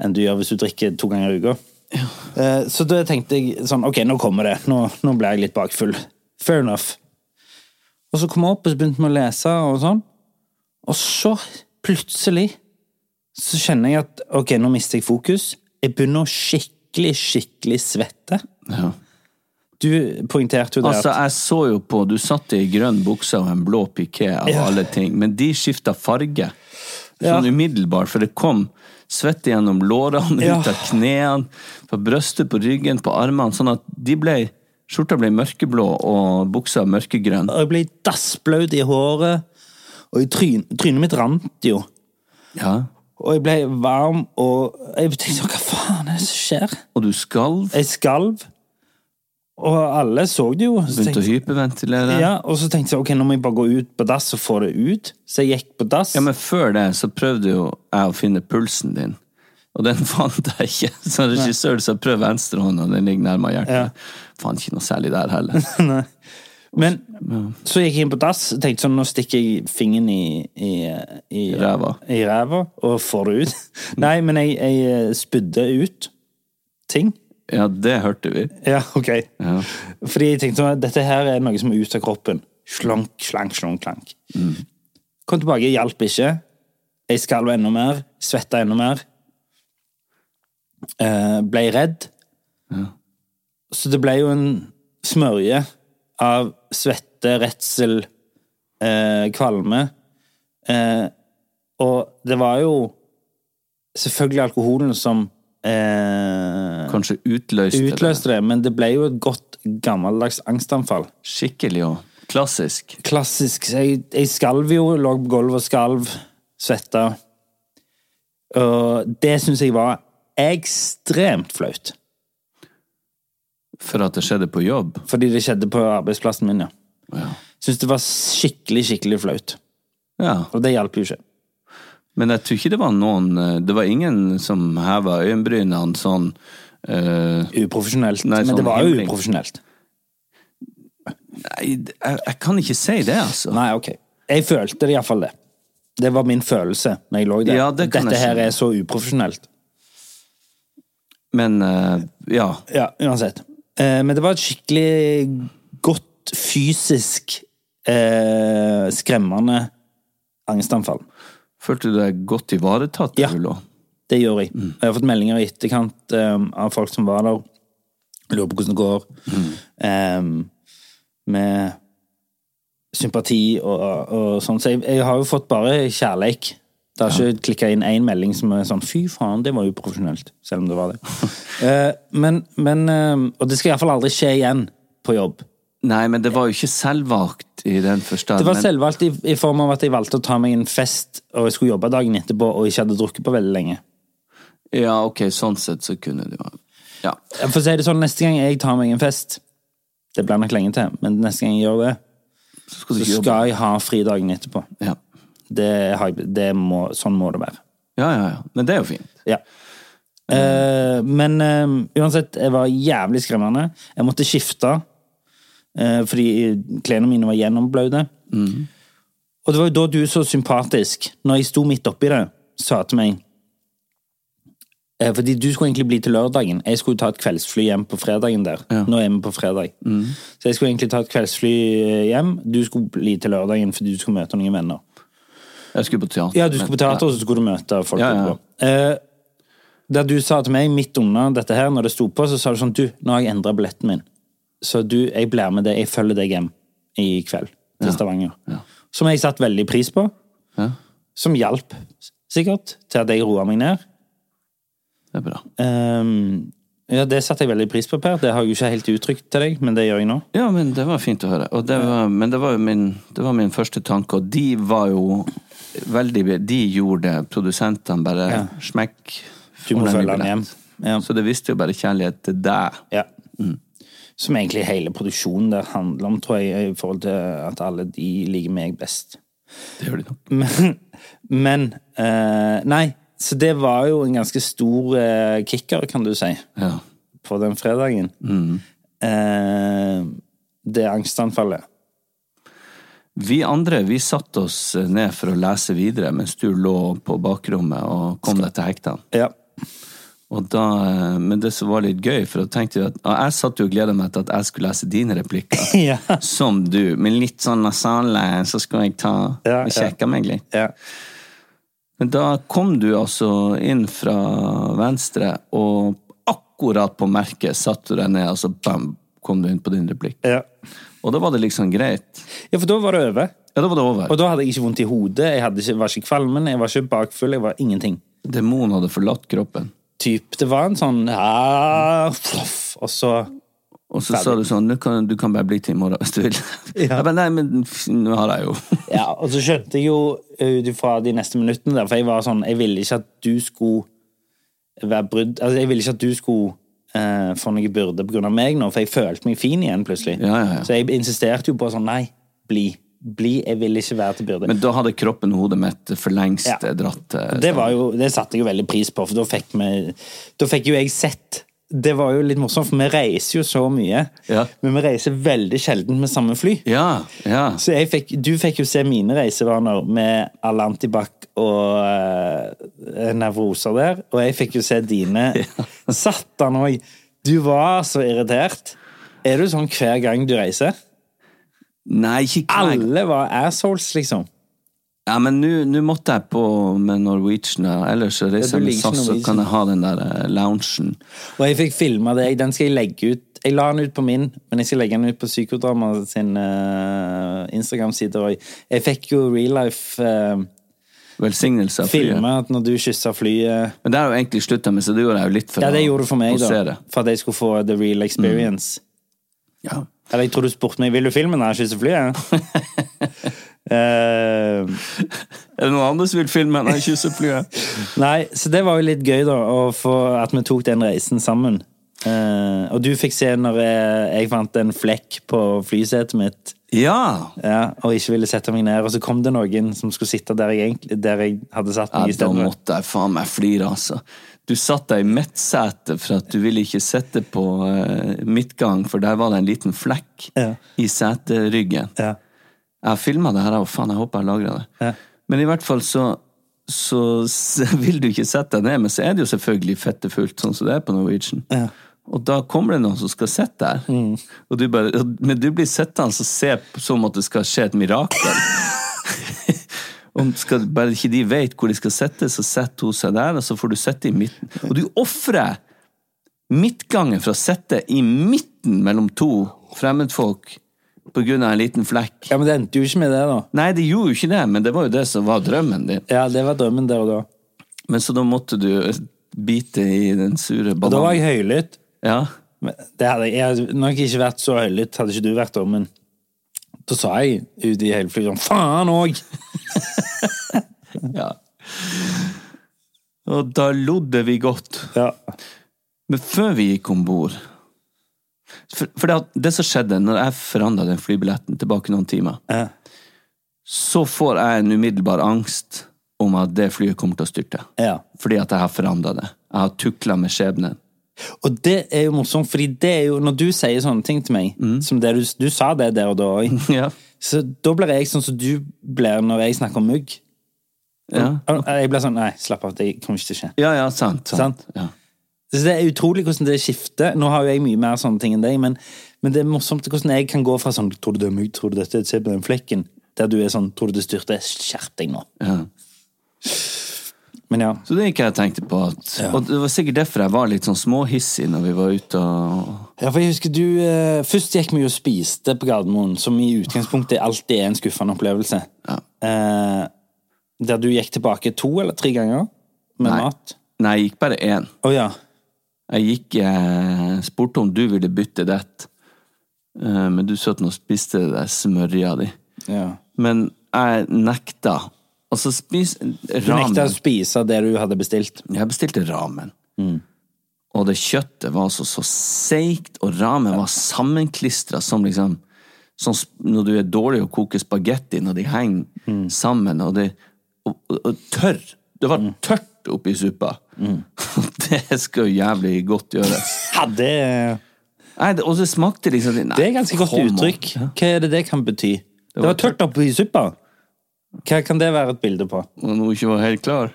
Speaker 3: enn du gjør hvis du drikker to ganger i uka. Eh, Så da tenkte jeg sånn, ok, nå kommer det. Nå, nå ble jeg litt bakfull. Fair enough. Og så kom jeg opp, og så begynte vi å lese, og sånn. Og så, plutselig, så kjenner jeg at ok, nå mister jeg fokus. Jeg begynner å skikkelig, skikkelig svette.
Speaker 4: Ja.
Speaker 3: Du poengterte jo det
Speaker 4: Altså,
Speaker 3: at
Speaker 4: jeg så jo på Du satt i ei grønn bukse og en blå piké av
Speaker 3: Ja.
Speaker 4: alle ting, men de skifta farge
Speaker 3: Ja.
Speaker 4: sånn umiddelbart, for det kom svette gjennom lårene,
Speaker 3: Ja.
Speaker 4: ut av knærne, på brystet, på ryggen, på armene, sånn at de ble Skjorta ble mørkeblå og buksa mørkegrønn.
Speaker 3: Og jeg ble dassblaut i håret, og i tryn, trynet mitt rant jo.
Speaker 4: Ja.
Speaker 3: Og jeg ble varm, og jeg tenkte hva faen er det som skjer?
Speaker 4: Og du skalv,
Speaker 3: Jeg skalv, og alle så det jo. Så
Speaker 4: begynte å
Speaker 3: tenkte-
Speaker 4: hyperventilere.
Speaker 3: ja, og så tenkte jeg ok, nå må jeg bare gå ut på dass og få det ut. Så jeg gikk på dass.
Speaker 4: Ja, men før det så prøvde jo jeg å finne pulsen din, og den fant jeg ikke. Som regissør så prøv venstrehånda, den ligger nærmere hjertet. Fant ikke noe særlig der heller.
Speaker 3: Men så gikk jeg inn på dass og tenkte sånn, nå stikker jeg fingeren i, i, i,
Speaker 4: Ræva.
Speaker 3: i ræva og får det ut. Nei, men jeg, jeg spydde ut ting.
Speaker 4: Ja, det hørte vi.
Speaker 3: Ja, ok.
Speaker 4: Ja.
Speaker 3: Fordi jeg tenkte sånn, dette her er noe som er ut av kroppen. Slank, slank, slank, slank. Kom tilbake, hjalp ikke. Jeg skalv enda mer, svetta enda mer. Eh, ble redd. Så det ble jo en smørje av svette, redsel, eh, kvalme. Eh, og det var jo selvfølgelig alkoholen som eh,
Speaker 4: Kanskje utløste, det.
Speaker 3: utløste det, men det ble jo et godt gammeldags angstanfall.
Speaker 4: Skikkelig og klassisk.
Speaker 3: Klassisk. så Jeg, jeg skalv jo, lå på gulvet og skalv, svetta. Og det syns jeg var ekstremt flaut.
Speaker 4: For at det skjedde på jobb.
Speaker 3: Fordi det skjedde på arbeidsplassen min, ja.
Speaker 4: Ja.
Speaker 3: Syns det var skikkelig, skikkelig flaut.
Speaker 4: ja.
Speaker 3: Og det hjalp jo ikke.
Speaker 4: Men jeg tror ikke det var noen eh, Det var ingen som heva øyenbrynene sånn eh,
Speaker 3: Uprofesjonelt.
Speaker 4: Nei,
Speaker 3: men
Speaker 4: sånn
Speaker 3: det var jo
Speaker 4: himling.
Speaker 3: uprofesjonelt.
Speaker 4: Nei, jeg, jeg kan ikke si det, altså.
Speaker 3: Nei, ok. Jeg følte det iallfall det. Det var min følelse når jeg lå der.
Speaker 4: Ja, det kan jeg
Speaker 3: Dette her
Speaker 4: skjønne.
Speaker 3: er så uprofesjonelt.
Speaker 4: Men eh, ja.
Speaker 3: Ja, uansett. Eh, men det var et skikkelig godt fysisk eh, skremmende angstanfall.
Speaker 4: Følte du deg godt ivaretatt?
Speaker 3: Ja.
Speaker 4: der du lå?
Speaker 3: Det gjør jeg. Og Jeg har fått meldinger i etterkant eh, av folk som var der. Lurer på hvordan det går. Eh, med sympati og, og sånn. Så jeg, jeg har jo fått bare kjærleik. Det har ikke klikka inn én melding som er sånn 'fy faen, det var uprofesjonelt', selv om det var det. Eh, men, men eh, Og det skal iallfall aldri skje igjen på jobb.
Speaker 4: Nei, men det var jo ikke selvvalgt i den forstand.
Speaker 3: Det var
Speaker 4: men-
Speaker 3: selvvalgt i, i form av at jeg valgte å ta meg en fest, og jeg skulle jobbe dagen etterpå, og ikke hadde drukket på veldig lenge.
Speaker 4: Ja, ok, sånn sett så kunne det jo Ja.
Speaker 3: For å si det sånn, neste gang jeg tar meg en fest, det blir nok lenge til, men neste gang jeg gjør det,
Speaker 4: Så skal du
Speaker 3: så
Speaker 4: ikke jobbe.
Speaker 3: skal jeg ha fri dagen etterpå.
Speaker 4: Ja.
Speaker 3: Det har jeg, det må, sånn må det være.
Speaker 4: ja, ja, ja. Men det er jo fint.
Speaker 3: Ja. Eh, men eh, uansett, jeg var jævlig skremmende. Jeg måtte skifte eh, fordi klærne mine var gjennomblaute. Og det var jo da du så sympatisk, når jeg sto midt oppi det, sa til meg eh, Fordi du skulle egentlig bli til lørdagen. Jeg skulle ta et kveldsfly hjem på fredagen der. Nå er vi på fredag. Så jeg skulle egentlig ta et kveldsfly eh, hjem. Du skulle bli til lørdagen fordi du skulle møte noen venner.
Speaker 4: Jeg skulle på teater.
Speaker 3: Ja, du skulle på teater, og så skulle du møte folk
Speaker 4: Ja, ja.
Speaker 3: etterpå. Eh, der du sa til meg midt under dette her, når det sto på, så sa du sånn Du, nå har jeg endra billetten min. Så du, jeg blir med deg. Jeg følger deg hjem i kveld til Stavanger. Som jeg satte veldig pris på.
Speaker 4: Ja.
Speaker 3: Som hjalp, sikkert, til at jeg roa meg ned.
Speaker 4: Det er bra.
Speaker 3: Ehm, ja, det satte jeg veldig pris på, Per. Det har jeg jo ikke helt uttrykt til deg, men det gjør jeg nå.
Speaker 4: Ja, men det var fint å høre. Og det var, men det var jo min, det var min første tanke, og de var jo veldig De gjorde det. Produsentene bare smekk.
Speaker 3: Du må
Speaker 4: ordentlig
Speaker 3: følge han
Speaker 4: billett.
Speaker 3: hjem. Ja.
Speaker 4: Så det viste jo bare kjærlighet til deg.
Speaker 3: Ja.
Speaker 4: Mm.
Speaker 3: Som egentlig hele produksjonen der handler om, tror jeg, i forhold til at alle de liker meg best.
Speaker 4: Det gjør de nok.
Speaker 3: Men, men eh, Nei, så det var jo en ganske stor eh, kicker, kan du si,
Speaker 4: Ja.
Speaker 3: på den fredagen. Eh, det angstanfallet.
Speaker 4: Vi andre vi satte oss ned for å lese videre mens du lå på bakrommet og kom deg til hektene.
Speaker 3: Ja.
Speaker 4: Og da, eh, men det som var litt gøy, for da tenkte jeg at ja, jeg satt jo og gleda meg til at jeg skulle lese dine replikker.
Speaker 3: Ja.
Speaker 4: Som du, med litt sånn nasale, så skal jeg ta
Speaker 3: Ja,
Speaker 4: og
Speaker 3: ja.
Speaker 4: sjekke meg litt.
Speaker 3: ja.
Speaker 4: Men da kom du altså inn fra venstre, og akkurat på merket satte du deg ned, og så bam, kom du inn på din replikk. Og da var det liksom greit.
Speaker 3: Ja, for da var det over.
Speaker 4: Ja, da var det over.
Speaker 3: Og da hadde jeg ikke vondt i hodet, jeg hadde ikke, var ikke kvalmen, jeg var ikke bakfull, jeg var ingenting.
Speaker 4: Demonen hadde forlatt kroppen.
Speaker 3: Typ, det var en sånn ah, fluff, Og så
Speaker 4: Og så sa du sånn «Nå kan, 'Du kan bare bli til i morgen hvis du vil'. Jeg bare, nei, men f- nå har jeg jo
Speaker 3: Ja, og så skjønte jeg jo eh, ut ifra de neste minuttene der, for jeg var sånn Jeg ville ikke at du skulle være brydd Altså, jeg ville ikke at du skulle eh, få noe byrde på grunn av meg nå, for jeg følte meg fin igjen plutselig.
Speaker 4: Ja, ja, ja.
Speaker 3: Så jeg insisterte jo på sånn Nei, bli. Bli. Jeg vil ikke være til byrde.
Speaker 4: Men da hadde kroppen og hodet mitt for lengst
Speaker 3: Ja.
Speaker 4: eh, dratt eh,
Speaker 3: Og Det, var jo, det satte jeg jo veldig pris på, for da fikk, vi, da fikk jo jeg sett. Det var jo litt morsomt, for vi reiser jo så mye.
Speaker 4: Ja.
Speaker 3: Men vi reiser veldig sjelden med samme fly.
Speaker 4: Ja, ja.
Speaker 3: Så jeg fikk, du fikk jo se mine reisevaner med alle antibac og eh, nevroser der, og jeg fikk jo se dine. Satan òg! Du var så irritert. Er du sånn hver gang du reiser?
Speaker 4: Nei, ikke knekk.
Speaker 3: Alle var assholes, liksom.
Speaker 4: Ja, men nå nå måtte jeg på med Norwegian. ja. Ellers så
Speaker 3: Ja,
Speaker 4: reiser
Speaker 3: du
Speaker 4: jeg med
Speaker 3: liker
Speaker 4: SAS, så
Speaker 3: Norwegian.
Speaker 4: kan jeg ha den der eh, loungen.
Speaker 3: Og jeg fikk filma deg. Den skal jeg legge ut. Jeg la den ut på min, men jeg skal legge den ut på Psykodrama sin eh, Instagram-side òg. Jeg fikk jo real life uh,
Speaker 4: Velsignelse av flyet.
Speaker 3: filma at når du kyssa flyet
Speaker 4: Men det har jeg jo egentlig slutta med, så det gjorde jeg jo litt for
Speaker 3: Ja, det
Speaker 4: å-
Speaker 3: gjorde du for meg,
Speaker 4: å se
Speaker 3: da.
Speaker 4: det. Mm.
Speaker 3: For at jeg skulle få the real experience.
Speaker 4: Ja.
Speaker 3: Eller jeg tror du spurte meg vil du filmen når jeg kysser flyet. Eh,
Speaker 4: Er det noen andre som vil filme når jeg kysser flyet?
Speaker 3: nei, så det var jo litt gøy, da, å få, at vi tok den reisen sammen. Eh, og du fikk se når jeg, jeg fant en flekk på flysetet mitt.
Speaker 4: Ja!
Speaker 3: Ja, og ikke ville sette meg ned. Og så kom det noen som skulle sitte der jeg, egentlig, der jeg hadde satt
Speaker 4: Ja,
Speaker 3: meg i
Speaker 4: da
Speaker 3: stedet.
Speaker 4: måtte jeg faen meg flire, altså. Du satt deg i mitt sete for at du ville ikke sitte på eh, midtgang, for der var det en liten flekk
Speaker 3: Ja.
Speaker 4: i seteryggen.
Speaker 3: Ja.
Speaker 4: Jeg filma det her, og faen, jeg håper jeg lagra det. Men i hvert fall så, så s- vil du ikke sette deg ned, men så er det jo selvfølgelig fettefullt, sånn som det er på Norwegian. Og da kommer det noen som skal sitte der, og du bare, og- men du blir sittende og se på- som at det skal skje et mirakel. Om skal, bare ikke de vet hvor de skal sitte, så setter hun seg der, og så får du sitte i midten. Og du ofrer midtgangen for å sitte i midten mellom to fremmedfolk på grunn av en liten flekk.
Speaker 3: ja, Men det endte jo ikke med det, da.
Speaker 4: Nei, det gjorde jo ikke det, men det var jo det som var drømmen din.
Speaker 3: Ja, Det var drømmen der og da.
Speaker 4: Men så da måtte du bite i den sure
Speaker 3: Og da var
Speaker 4: bananen.
Speaker 3: jeg høylytt.
Speaker 4: Ja.
Speaker 3: Men Det hadde, jeg hadde nok ikke vært så høylytt, hadde ikke du vært da, men da sa jeg ute i hele flyet sånn Faen òg!
Speaker 4: ja. Og da lodde vi godt.
Speaker 3: Ja.
Speaker 4: Men før vi gikk om bord for, for det, at- det som skjedde når jeg forandra den flybilletten tilbake noen timer,
Speaker 3: Ja.
Speaker 4: så får jeg en umiddelbar angst om at det flyet kommer til å styrte.
Speaker 3: Ja.
Speaker 4: Fordi at jeg har forandra det. Jeg har tukla med skjebnen.
Speaker 3: Og det er jo morsomt, fordi det er jo Når du sier sånne ting til meg, som det du, du sa det der og da òg,
Speaker 4: Ja.
Speaker 3: så da blir jeg sånn som du blir når jeg snakker om mugg.
Speaker 4: Ja,
Speaker 3: Jeg blir sånn Nei, slapp av, det kommer ikke til å skje.
Speaker 4: ja, ja sant. sant.
Speaker 3: Sant.
Speaker 4: Ja.
Speaker 3: Så Det er utrolig hvordan det skifter. Nå har jo jeg mye mer sånne ting enn deg, men, men det er morsomt hvordan jeg kan gå fra sånn Tror du det er mygg? Tror du dette? Se på den flekken. Der du er sånn Tror du det styrter? Skjerp deg nå.
Speaker 4: Ja.
Speaker 3: Men ja.
Speaker 4: Så det gikk jeg og tenkte på. At, Og det var sikkert derfor jeg var litt sånn småhissig når vi var ute og
Speaker 3: Ja, for jeg husker du eh, Først gikk vi jo og spiste på Gardermoen, som i utgangspunktet alltid er en skuffende opplevelse. Eh, der du gikk tilbake to eller tre ganger med
Speaker 4: Nei.
Speaker 3: mat.
Speaker 4: Nei, jeg gikk bare én.
Speaker 3: Å ja.
Speaker 4: Jeg gikk eh, spurte om du ville bytte dett, eh, men du satt nå og spiste det der smørja di.
Speaker 3: ja.
Speaker 4: Men jeg nekta. Altså, spis
Speaker 3: Du nekta å
Speaker 4: ramen.
Speaker 3: spise det du hadde bestilt.
Speaker 4: Jeg bestilte ramen.
Speaker 3: Mm.
Speaker 4: Og det kjøttet var altså så seigt, og ramen var sammenklistra som liksom Sånn sp- når du er dårlig å koke spagetti, når de henger
Speaker 3: Mm.
Speaker 4: sammen, og det og, og, og tørr. Det var
Speaker 3: Mm.
Speaker 4: tørt oppi suppa. det skal jo jævlig godt gjøres.
Speaker 3: Ja, det,
Speaker 4: Nei, det, og det smakte liksom nei,
Speaker 3: det er ganske godt
Speaker 4: come on.
Speaker 3: uttrykk. Hva er det det kan bety? Det var tørt oppi suppa. Hva kan det være et bilde på?
Speaker 4: Når hun ikke var helt klar.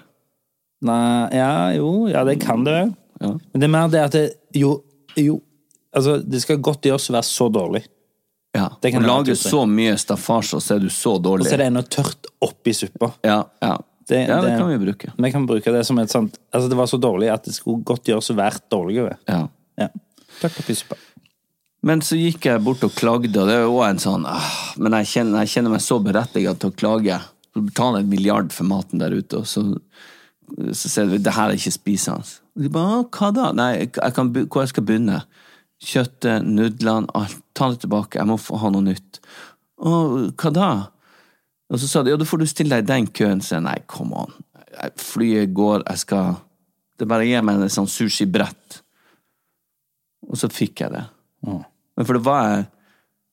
Speaker 3: Nei, ja, jo, ja, det kan det være.
Speaker 4: Ja.
Speaker 3: Men det er mer det at det, jo, jo Altså, det skal godt gjøres å være så dårlig.
Speaker 4: Ja.
Speaker 3: Det kan
Speaker 4: Å
Speaker 3: være
Speaker 4: lage
Speaker 3: et uttrykk.
Speaker 4: så mye staffasje, og så er du så
Speaker 3: Og
Speaker 4: dårlig.
Speaker 3: så er det ennå tørt oppi suppa.
Speaker 4: Ja, ja.
Speaker 3: Det-
Speaker 4: ja, det
Speaker 3: det-
Speaker 4: kan vi bruke.
Speaker 3: Vi kan bruke det som et sånt Altså, det var så dårlig at det skulle godt gjøres å være dårligere.
Speaker 4: Ja.
Speaker 3: Ja. Tørt oppi suppa.
Speaker 4: Men så gikk jeg bort og klagde, og det er jo også en sånn ah, Men jeg kjenner, jeg kjenner meg så berettiget til å klage. Så betaler jeg en milliard for maten der ute, og så, så sier de det her er ikke spisende. Og de bare «Å, hva da? Nei, jeg kan, be- hvor jeg skal begynne? Kjøttet, nudlene, alt. Ta det tilbake, jeg må få ha noe nytt. Å, hva da? Og så sa de ja, da får du stille deg i den køen. Så jeg nei, come on. Jeg- Flyet går, jeg skal Det bare gir meg en sånn sushibrett. Og så fikk jeg det. Men for det var jeg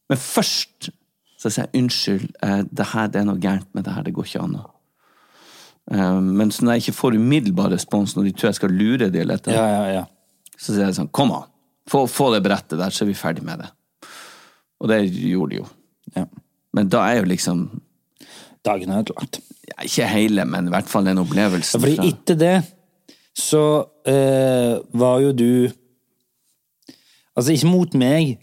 Speaker 4: Men først så sa jeg unnskyld, eh, det her det er noe gærent med det her, det går ikke an. å-» Eh, Men så når jeg ikke får umiddelbar respons når de tror jeg skal lure de eller et eller
Speaker 3: Ja, ja,
Speaker 4: annet,
Speaker 3: ja.
Speaker 4: så sier jeg sånn Kom an, få, få det brettet der, så er vi ferdig med det. Og det gjorde de jo. Men da er jo liksom
Speaker 3: Dagen er ødelagt.
Speaker 4: ja, Ikke hele, men i hvert fall den opplevelsen.
Speaker 3: Fordi
Speaker 4: fra-
Speaker 3: etter det så eh, var jo du Altså ikke mot meg,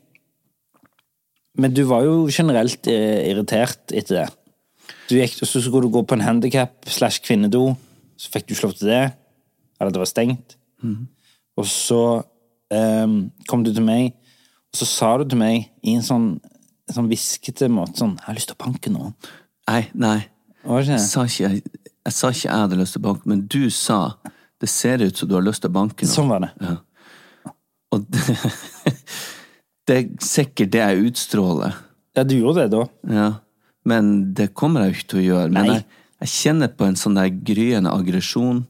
Speaker 3: men du var jo generelt eh, irritert etter det. Du gikk, og så skulle du gå på en handikap slash kvinnedo, så fikk du ikke lov til det. Eller det var stengt. Og så ehm, kom du til meg, og så sa du til meg i en sånn en sånn hviskete måte sånn 'Jeg har lyst til å banke noen'.
Speaker 4: Nei, nei.
Speaker 3: Var det ikke det?
Speaker 4: Sa ikke, jeg- jeg sa ikke jeg hadde lyst til å banke, men du sa det ser ut som du har lyst til å banke noen.
Speaker 3: Sånn var det.
Speaker 4: Og det, det er sikkert det jeg utstråler,
Speaker 3: Ja, du gjorde det da.
Speaker 4: ja. men det kommer jeg jo ikke til å gjøre. Men
Speaker 3: Nei.
Speaker 4: jeg, jeg kjenner på en sånn der gryende aggresjon.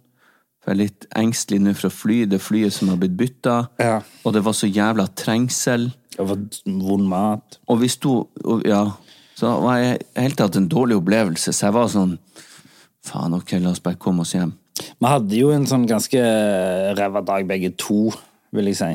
Speaker 4: For jeg er litt engstelig nå for å fly, det flyet som har blitt bytta,
Speaker 3: Ja.
Speaker 4: og det var så jævla trengsel.
Speaker 3: Det var vond mat.
Speaker 4: Og vi sto og, Ja. Så var jeg helt tatt en dårlig opplevelse, så jeg var sånn Faen, ok, la oss bare komme oss hjem.
Speaker 3: Vi hadde jo en sånn ganske ræva dag begge to, vil jeg si.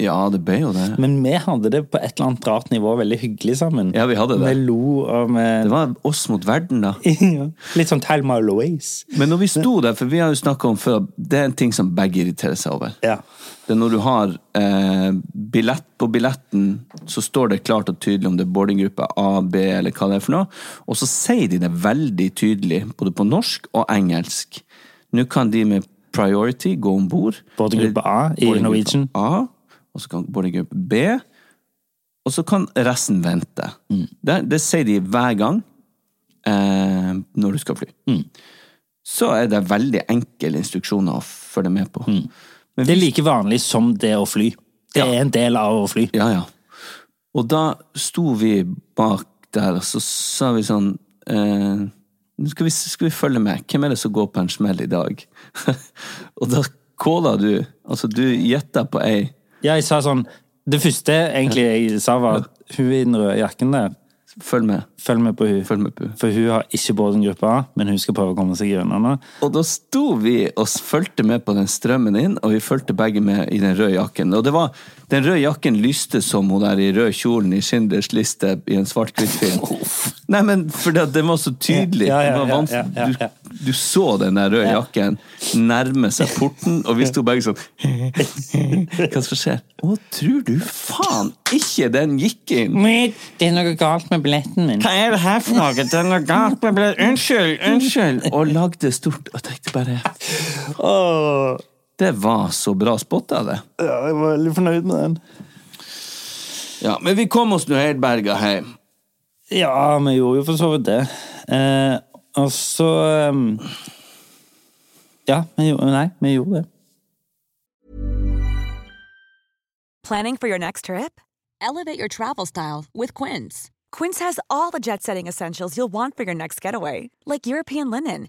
Speaker 4: Ja, det ble jo det.
Speaker 3: Men vi hadde det på et eller annet rart nivå veldig hyggelig sammen.
Speaker 4: Ja, vi hadde det.
Speaker 3: Vi lo og vi
Speaker 4: Det var oss mot verden, da.
Speaker 3: Ja, Litt sånn Thelma og Louise.
Speaker 4: Men når vi sto der, for vi har jo snakka om før, det er en ting som begge irriterer seg over.
Speaker 3: Ja.
Speaker 4: Det er når du har eh, billett på billetten, så står det klart og tydelig om det er boardinggruppe A, B eller hva det er for noe, og så sier de det veldig tydelig, både på norsk og engelsk. Nå kan de med priority gå om bord.
Speaker 3: Boardinggruppe A i Norwegian.
Speaker 4: A, og så kan boardinggruppe B, og så kan resten vente.
Speaker 3: Mm.
Speaker 4: Det, det sier de hver gang eh, når du skal fly.
Speaker 3: Mm.
Speaker 4: Så er det veldig enkle instruksjoner å følge med på. Men
Speaker 3: Det er like vanlig som det å fly. Det er en del av å fly.
Speaker 4: Ja, ja. Og da sto vi bak der, og så sa vi sånn eh, Nå skal vi, skal vi følge med. Hvem er det som går på en smell i dag? og da kåla du. Altså, du gjetta på ei
Speaker 3: Ja, jeg sa sånn Det første egentlig jeg sa, var at hun i den røde jakken der
Speaker 4: Følg med.
Speaker 3: Følg med på hun.
Speaker 4: Følg med på hun.
Speaker 3: For hun har ikke boardinggruppe A, men hun skal prøve å komme seg gjennom nå.
Speaker 4: Og da sto vi og s- fulgte med på den strømmen inn, og vi fulgte begge med i den røde jakken. Og det var, den røde jakken lyste som hun der i rød kjolen i Schindlers liste i en svart-hvitt film. Nei, men fordi at den var så tydelig.
Speaker 3: Ja, ja,
Speaker 4: Den var
Speaker 3: ja,
Speaker 4: vanskelig.
Speaker 3: ja, ja, ja.
Speaker 4: Du, du så den der røde jakken nærme seg porten, og vi sto begge sånn Hva som skjer? Å, tror du faen ikke den gikk inn?
Speaker 3: Det er noe galt med billetten min.
Speaker 4: Hva er det her for noe? Det er noe galt med ble- Unnskyld, unnskyld! Og lagde stort og tenkte bare Det var så bra spotta, det.
Speaker 3: Ja, jeg var veldig fornøyd med den.
Speaker 4: Ja, men vi kom oss nå helt berga hjem.
Speaker 3: Ja, vi gjorde jo for så vidt det. Eh, og så ehm, Ja, vi gjorde, nei, vi gjorde det.
Speaker 6: Planning for your next trip? Elevate your travel style with Quince. Quince has all the jet setting essentials you'll want for your next getaway, like European linen,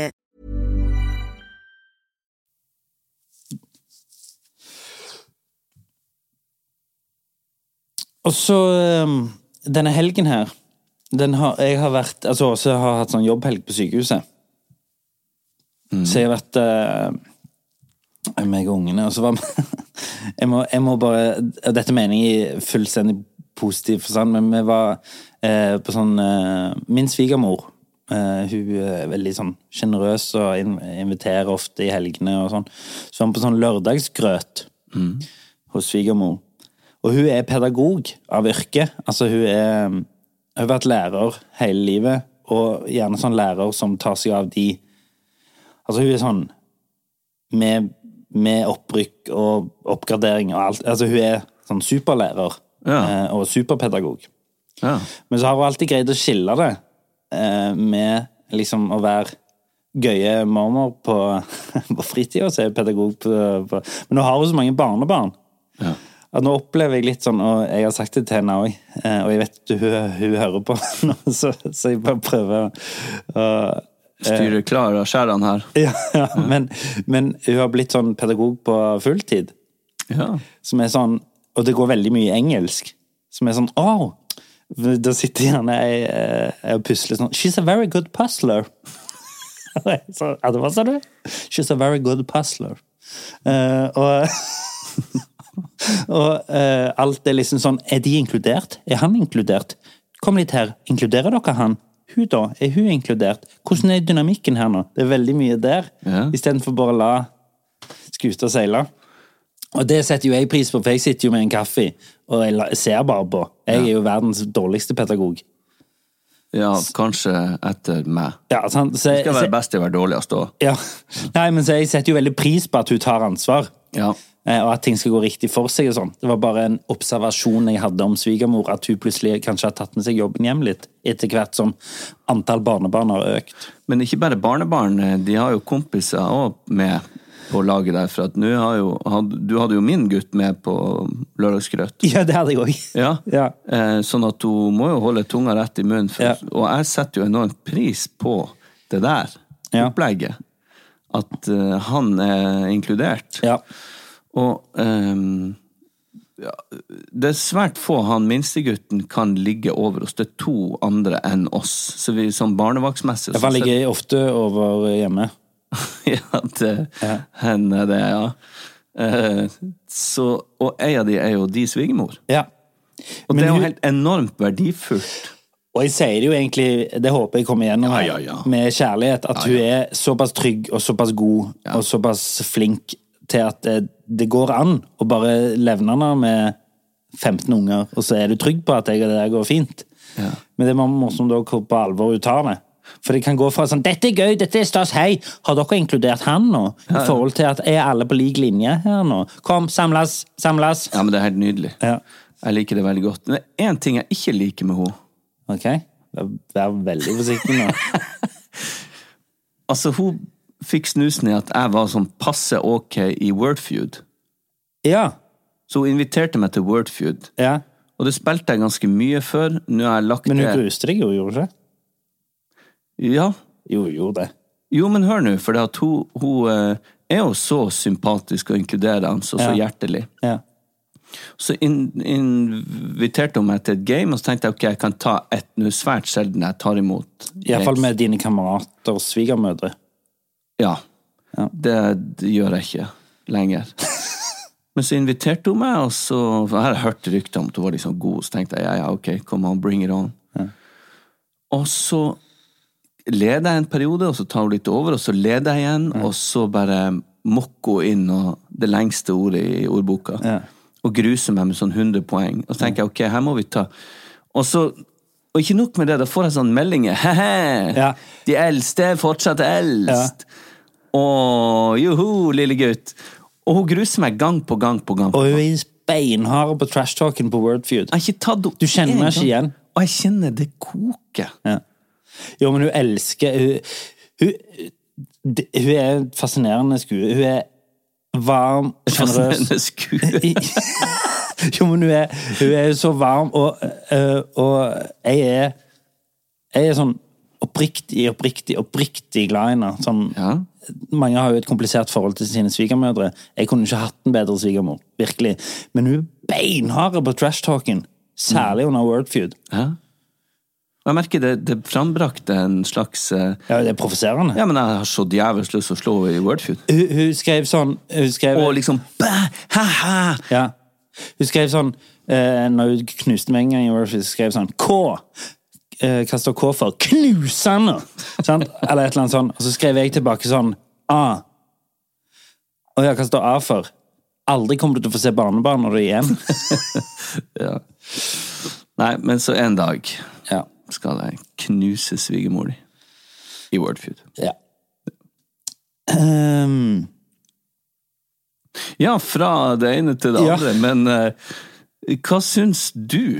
Speaker 3: Og så um, denne helgen her den har, Jeg har vært Altså Åse har hatt sånn jobbhelg på sykehuset. Så jeg har vært uh, meg og ungene, og så var vi jeg, må, jeg må bare og Dette mener jeg i fullstendig positiv forstand, men vi var eh, på sånn eh, Min svigermor eh, hun er veldig sånn sjenerøs og in inviterer ofte i helgene og sånn. Så var vi på sånn lørdagsgrøt hos svigermor. Og hun er pedagog av yrke. Altså, hun er Hun har vært lærer hele livet, og gjerne sånn lærer som tar seg av de Altså, hun er sånn med, med opprykk og oppgradering og alt. Altså, hun er sånn superlærer eh, og superpedagog. Men så har hun alltid greid å skille det eh, med liksom å være gøye mormor på, på fritida, så er hun pedagog på, på Men nå har hun så mange barnebarn. At nå opplever jeg litt sånn, og jeg har sagt det til henne òg, og jeg vet at hun, hun hører på nå, så, så jeg bare prøver å eh,
Speaker 4: Styre klar av skjærene her.
Speaker 3: Ja, ja men, men hun har blitt sånn pedagog på fulltid. Som er sånn Og det går veldig mye engelsk. Som er sånn Å! Da sitter gjerne jeg, eh, jeg og pusler sånn She's a very good puzzler. Og jeg så, ja, det var sånn du? She's a very good puzzler. Eh, og og eh, alt er liksom sånn Er de inkludert? Er han inkludert? Kom litt her. Inkluderer dere han? Hun, da? Er hun inkludert? Hvordan er dynamikken her nå? Det er veldig mye der, istedenfor bare å la skuta seile. Og det setter jo jeg pris på, for jeg sitter jo med en kaffe og jeg la- ser bare på. Jeg er jo verdens dårligste pedagog.
Speaker 4: Ja, kanskje etter meg.
Speaker 3: Ja, sant? Så,
Speaker 4: du skal
Speaker 3: så-
Speaker 4: være best til å være dårligst òg.
Speaker 3: Ja. Nei, men så jeg setter jo veldig pris på at hun tar ansvar. Eh, Og at ting skal gå riktig for seg. og sånn. Det var bare en observasjon jeg hadde om svigermor, at hun plutselig kanskje har tatt med seg jobben hjem litt, etter hvert som antall barnebarn har økt.
Speaker 4: Men ikke bare barnebarn, eh, de har jo kompiser òg med på laget der. For at nå har jo had- Du hadde jo min gutt med på lørdagsgrøt.
Speaker 3: Ja, det hadde jeg òg.
Speaker 4: Ja. Eh, Sånn at hun må jo holde tunga rett i munnen. For, Og jeg setter jo enormt pris på det der opplegget. At eh, han er inkludert. Og ehm, ja, det er svært få han minstegutten kan ligge over oss. Det er to andre enn oss. Så vi sånn som barnevaktsmessig
Speaker 3: For han ligger ofte over hjemme.
Speaker 4: ja, det hender det, ja. Eh, så, og ei av de er jo de svigermor. Og det er jo helt enormt verdifullt.
Speaker 3: Og jeg sier det jo egentlig, det håper jeg kommer gjennom her, med kjærlighet, at hun er såpass trygg og såpass god og såpass flink til at det, det går an å bare levne henne med 15 unger, og så er du trygg på at det det der går fint. Men det er bare morsomt da hvor på alvor hun tar det. For det kan gå fra sånn 'Dette er gøy, dette er stas, hei, har dere inkludert han nå?' I forhold til at 'Er alle på lik linje her nå?' Kom, samles, samles.
Speaker 4: Ja, men det er helt nydelig. Jeg liker det veldig godt. Men det er én ting jeg ikke liker med henne.
Speaker 3: Ok, vær, vær veldig forsiktig nå.
Speaker 4: altså, hun fikk snusen i at jeg var sånn passe ok i Wordfeud.
Speaker 3: Ja.
Speaker 4: Så hun inviterte meg til Wordfeud. Og det spilte jeg ganske mye før. Nå har jeg lagt
Speaker 3: Men
Speaker 4: det-
Speaker 3: hun gruste deg jo, gjorde hun ikke?
Speaker 4: Ja.
Speaker 3: Jo, jo det.
Speaker 4: Jo, men hør nå, for det at hun, hun eh, er jo så sympatisk og inkluderende og så
Speaker 3: Ja.
Speaker 4: hjertelig.
Speaker 3: Ja.
Speaker 4: Så in, inviterte hun meg til et game, og så tenkte jeg ok, jeg kan ta et nå er det svært sjelden jeg tar imot.
Speaker 3: Iallfall med dine kamerater og svigermødre.
Speaker 4: Ja. Det, det gjør jeg ikke lenger. Men så inviterte hun meg, og så for Jeg hadde hørt rykter om at hun var liksom god, så tenkte jeg ja, ja, ok, come on, bring it on. Og så leder jeg en periode, og så tar hun litt over, og så leder jeg igjen, og så bare mokker hun inn og det lengste ordet i ordboka. Og gruser meg med sånn 100 poeng. Og så tenker jeg ok, her må vi ta Og så og ikke nok med det, da får jeg sånne meldinger. Hehe, De eldste er fortsatt eldst! Å, joho, lille gutt! Og hun gruser meg gang på gang på gang. på
Speaker 3: Og
Speaker 4: gang.
Speaker 3: hun er beinhard på trash-talken på Wordfeud.
Speaker 4: Du
Speaker 3: kjenner henne ikke igjen.
Speaker 4: Og jeg kjenner det koker.
Speaker 3: Ja. Jo, men hun elsker Hun, hun, det- hun er en fascinerende skue. Hun er varm,
Speaker 4: Fascinerende
Speaker 3: sjenerøs skue. jo, men hun er, hun er så varm, og, øh, og jeg er Jeg er sånn oppriktig, oppriktig, oppriktig glad i henne. Sånn, Mange har jo et komplisert forhold til sine svigermødre. Jeg kunne ikke hatt en bedre svigermor. Virkelig. Men hun er beinhard på trash-talken. Særlig under Wordfeud.
Speaker 4: Ja. Og Jeg merker det, det frambrakte en slags Ja,
Speaker 3: det er provoserende.
Speaker 4: Ja, men jeg har så djevelsk lyst til å slå henne i Wordfeud.
Speaker 3: Hun, hun skrev sånn hun skrev,
Speaker 4: Og liksom bæ, ha-ha!
Speaker 3: Ja. Hun skrev sånn eh, Når hun knuste meg en gang i Warfield, skrev hun sånn K! Eh, hva står K for? Knusende! Sant? Eller et eller annet sånn. Og så skrev jeg tilbake sånn A. Og ja, hva står A for? Aldri kommer du til å få se barnebarn når du er igjen.
Speaker 4: ja. Nei, men så en dag
Speaker 3: ja.
Speaker 4: skal jeg knuse svigermor di i Wordfeud.
Speaker 3: Ja. Ehm,
Speaker 4: Ja, fra det ene til det
Speaker 3: Ja.
Speaker 4: andre, men eh, hva syns du,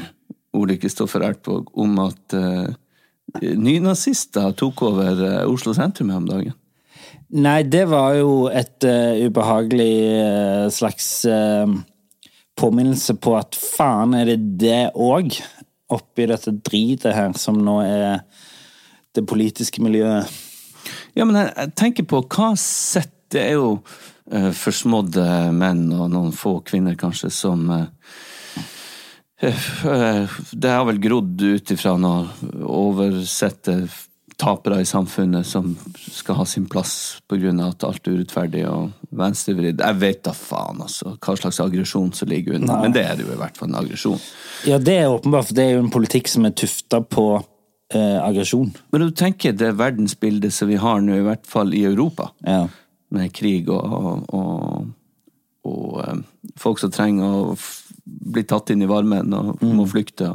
Speaker 4: Ole Kristoffer Ertvåg, om at uh, nynazister tok over eh, Oslo sentrum her om dagen?
Speaker 3: nei, det var jo et eh, ubehagelig eh, slags eh, påminnelse på at faen er det det òg, oppi dette dritet her som nå er det politiske miljøet.
Speaker 4: Ja, men jeg, jeg tenker på hva sett Det er jo eh, forsmådde menn og noen få kvinner, kanskje, som eh, eh, Det har vel grodd ut ifra noen oversette tapere i samfunnet som skal ha sin plass pga. at alt er urettferdig og venstrevridd. Jeg vet da faen, altså, hva slags aggresjon som ligger under.
Speaker 3: Nei.
Speaker 4: Men det er det jo i hvert fall en aggresjon.
Speaker 3: Ja, det er åpenbart, for det er jo en politikk som er tufta på eh, aggresjon.
Speaker 4: Men du tenker det verdensbildet som vi har nå, i hvert fall i Europa, med krig og, og, og eh, folk som trenger å f- bli tatt inn i varmen og må flykte.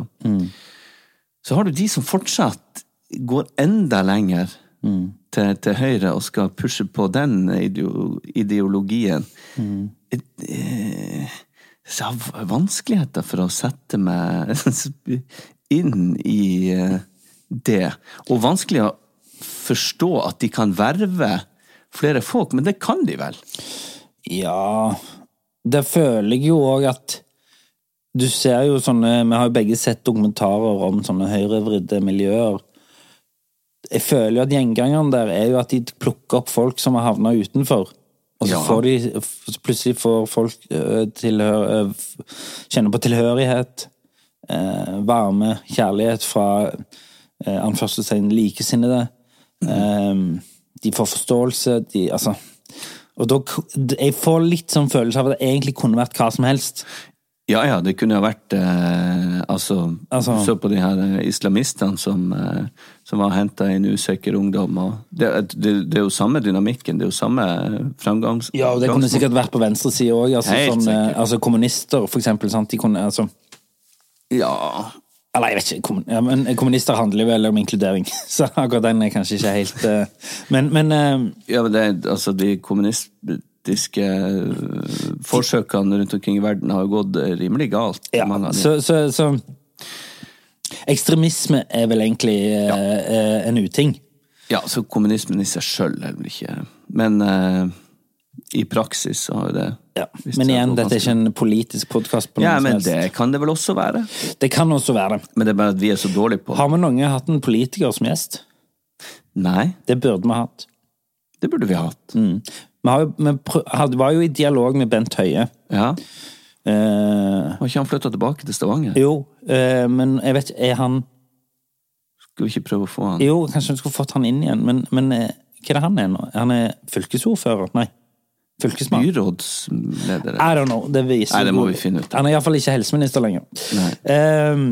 Speaker 4: Så har du de som fortsatt går enda lenger til, til høyre og skal pushe på den ideo ideologien. Et, eh, Så jeg har v- vanskeligheter for å sette meg inn i eh, det. Og vanskelig å forstå at de kan verve flere folk, men det kan de vel?
Speaker 3: Ja Det føler jeg jo òg at Du ser jo sånne Vi har jo begge sett dokumentarer om sånne høyrevridde miljøer. Jeg føler jo at gjengangeren der er jo at de plukker opp folk som har havna utenfor. Og så
Speaker 4: Ja.
Speaker 3: får de f- plutselig får folk ø, tilhør, ø, f- kjenne på tilhørighet, eh, varme, kjærlighet fra eh, anførselstegn likesinnede. Eh, de får forståelse, de Altså. Og da, k- jeg får litt sånn følelse av at det egentlig kunne vært hva som helst.
Speaker 4: Ja ja, det kunne ha vært eh, altså,
Speaker 3: Altså-
Speaker 4: Se på de her eh, islamistene som, eh, som har henta inn usikker ungdom. Og det, eh, det, det er jo samme dynamikken, det er jo samme framgangs...
Speaker 3: Ja, og det kunne sikkert vært på venstresida òg. Altså,
Speaker 4: Helt
Speaker 3: sånn, eh,
Speaker 4: sikkert.
Speaker 3: altså kommunister, for eksempel. Sant? De kunne, altså,
Speaker 4: Ja.
Speaker 3: eller jeg vet ikke, kommun, ja, men eh, kommunister handler vel om inkludering. Så akkurat den er kanskje ikke helt eh, Men, men eh,
Speaker 4: Ja, men det, er- altså, de kommunistiske eh, forsøkene rundt omkring i verden har jo gått eh, rimelig galt. mange av de.
Speaker 3: så, så, så Ekstremisme er vel egentlig eh, eh, en uting.
Speaker 4: Ja, så kommunismen i seg sjøl er vel ikke Men eh, i praksis så har jo det Hvis
Speaker 3: Men
Speaker 4: det
Speaker 3: igjen,
Speaker 4: går
Speaker 3: dette er ikke en politisk podkast.
Speaker 4: Ja, men det kan det vel også være?
Speaker 3: Det kan også være det.
Speaker 4: Men det er bare at vi er så dårlige på
Speaker 3: Har vi noen gang hatt en politiker som gjest?
Speaker 4: Nei.
Speaker 3: Det burde vi ha hatt.
Speaker 4: Det burde vi ha hatt.
Speaker 3: Mm. Vi, har, jo- vi prø- hadde- var jo i dialog med Bent Høie.
Speaker 4: Ja.
Speaker 3: Eh,
Speaker 4: Har ikke han flytta tilbake til Stavanger?
Speaker 3: jo, eh, men jeg vet ikke Er han
Speaker 4: Skal vi ikke prøve å få han
Speaker 3: Jo, kanskje vi skulle fått han inn igjen, men, men eh, Hva er det han er nå? Han er fylkesordfører? Nei. Fylkesmann?
Speaker 4: Byrådsleder?
Speaker 3: I don't know. Det viser
Speaker 4: Nei, det må
Speaker 3: hvor-
Speaker 4: vi finne ut.
Speaker 3: Han er iallfall ikke helseminister lenger. Ehm,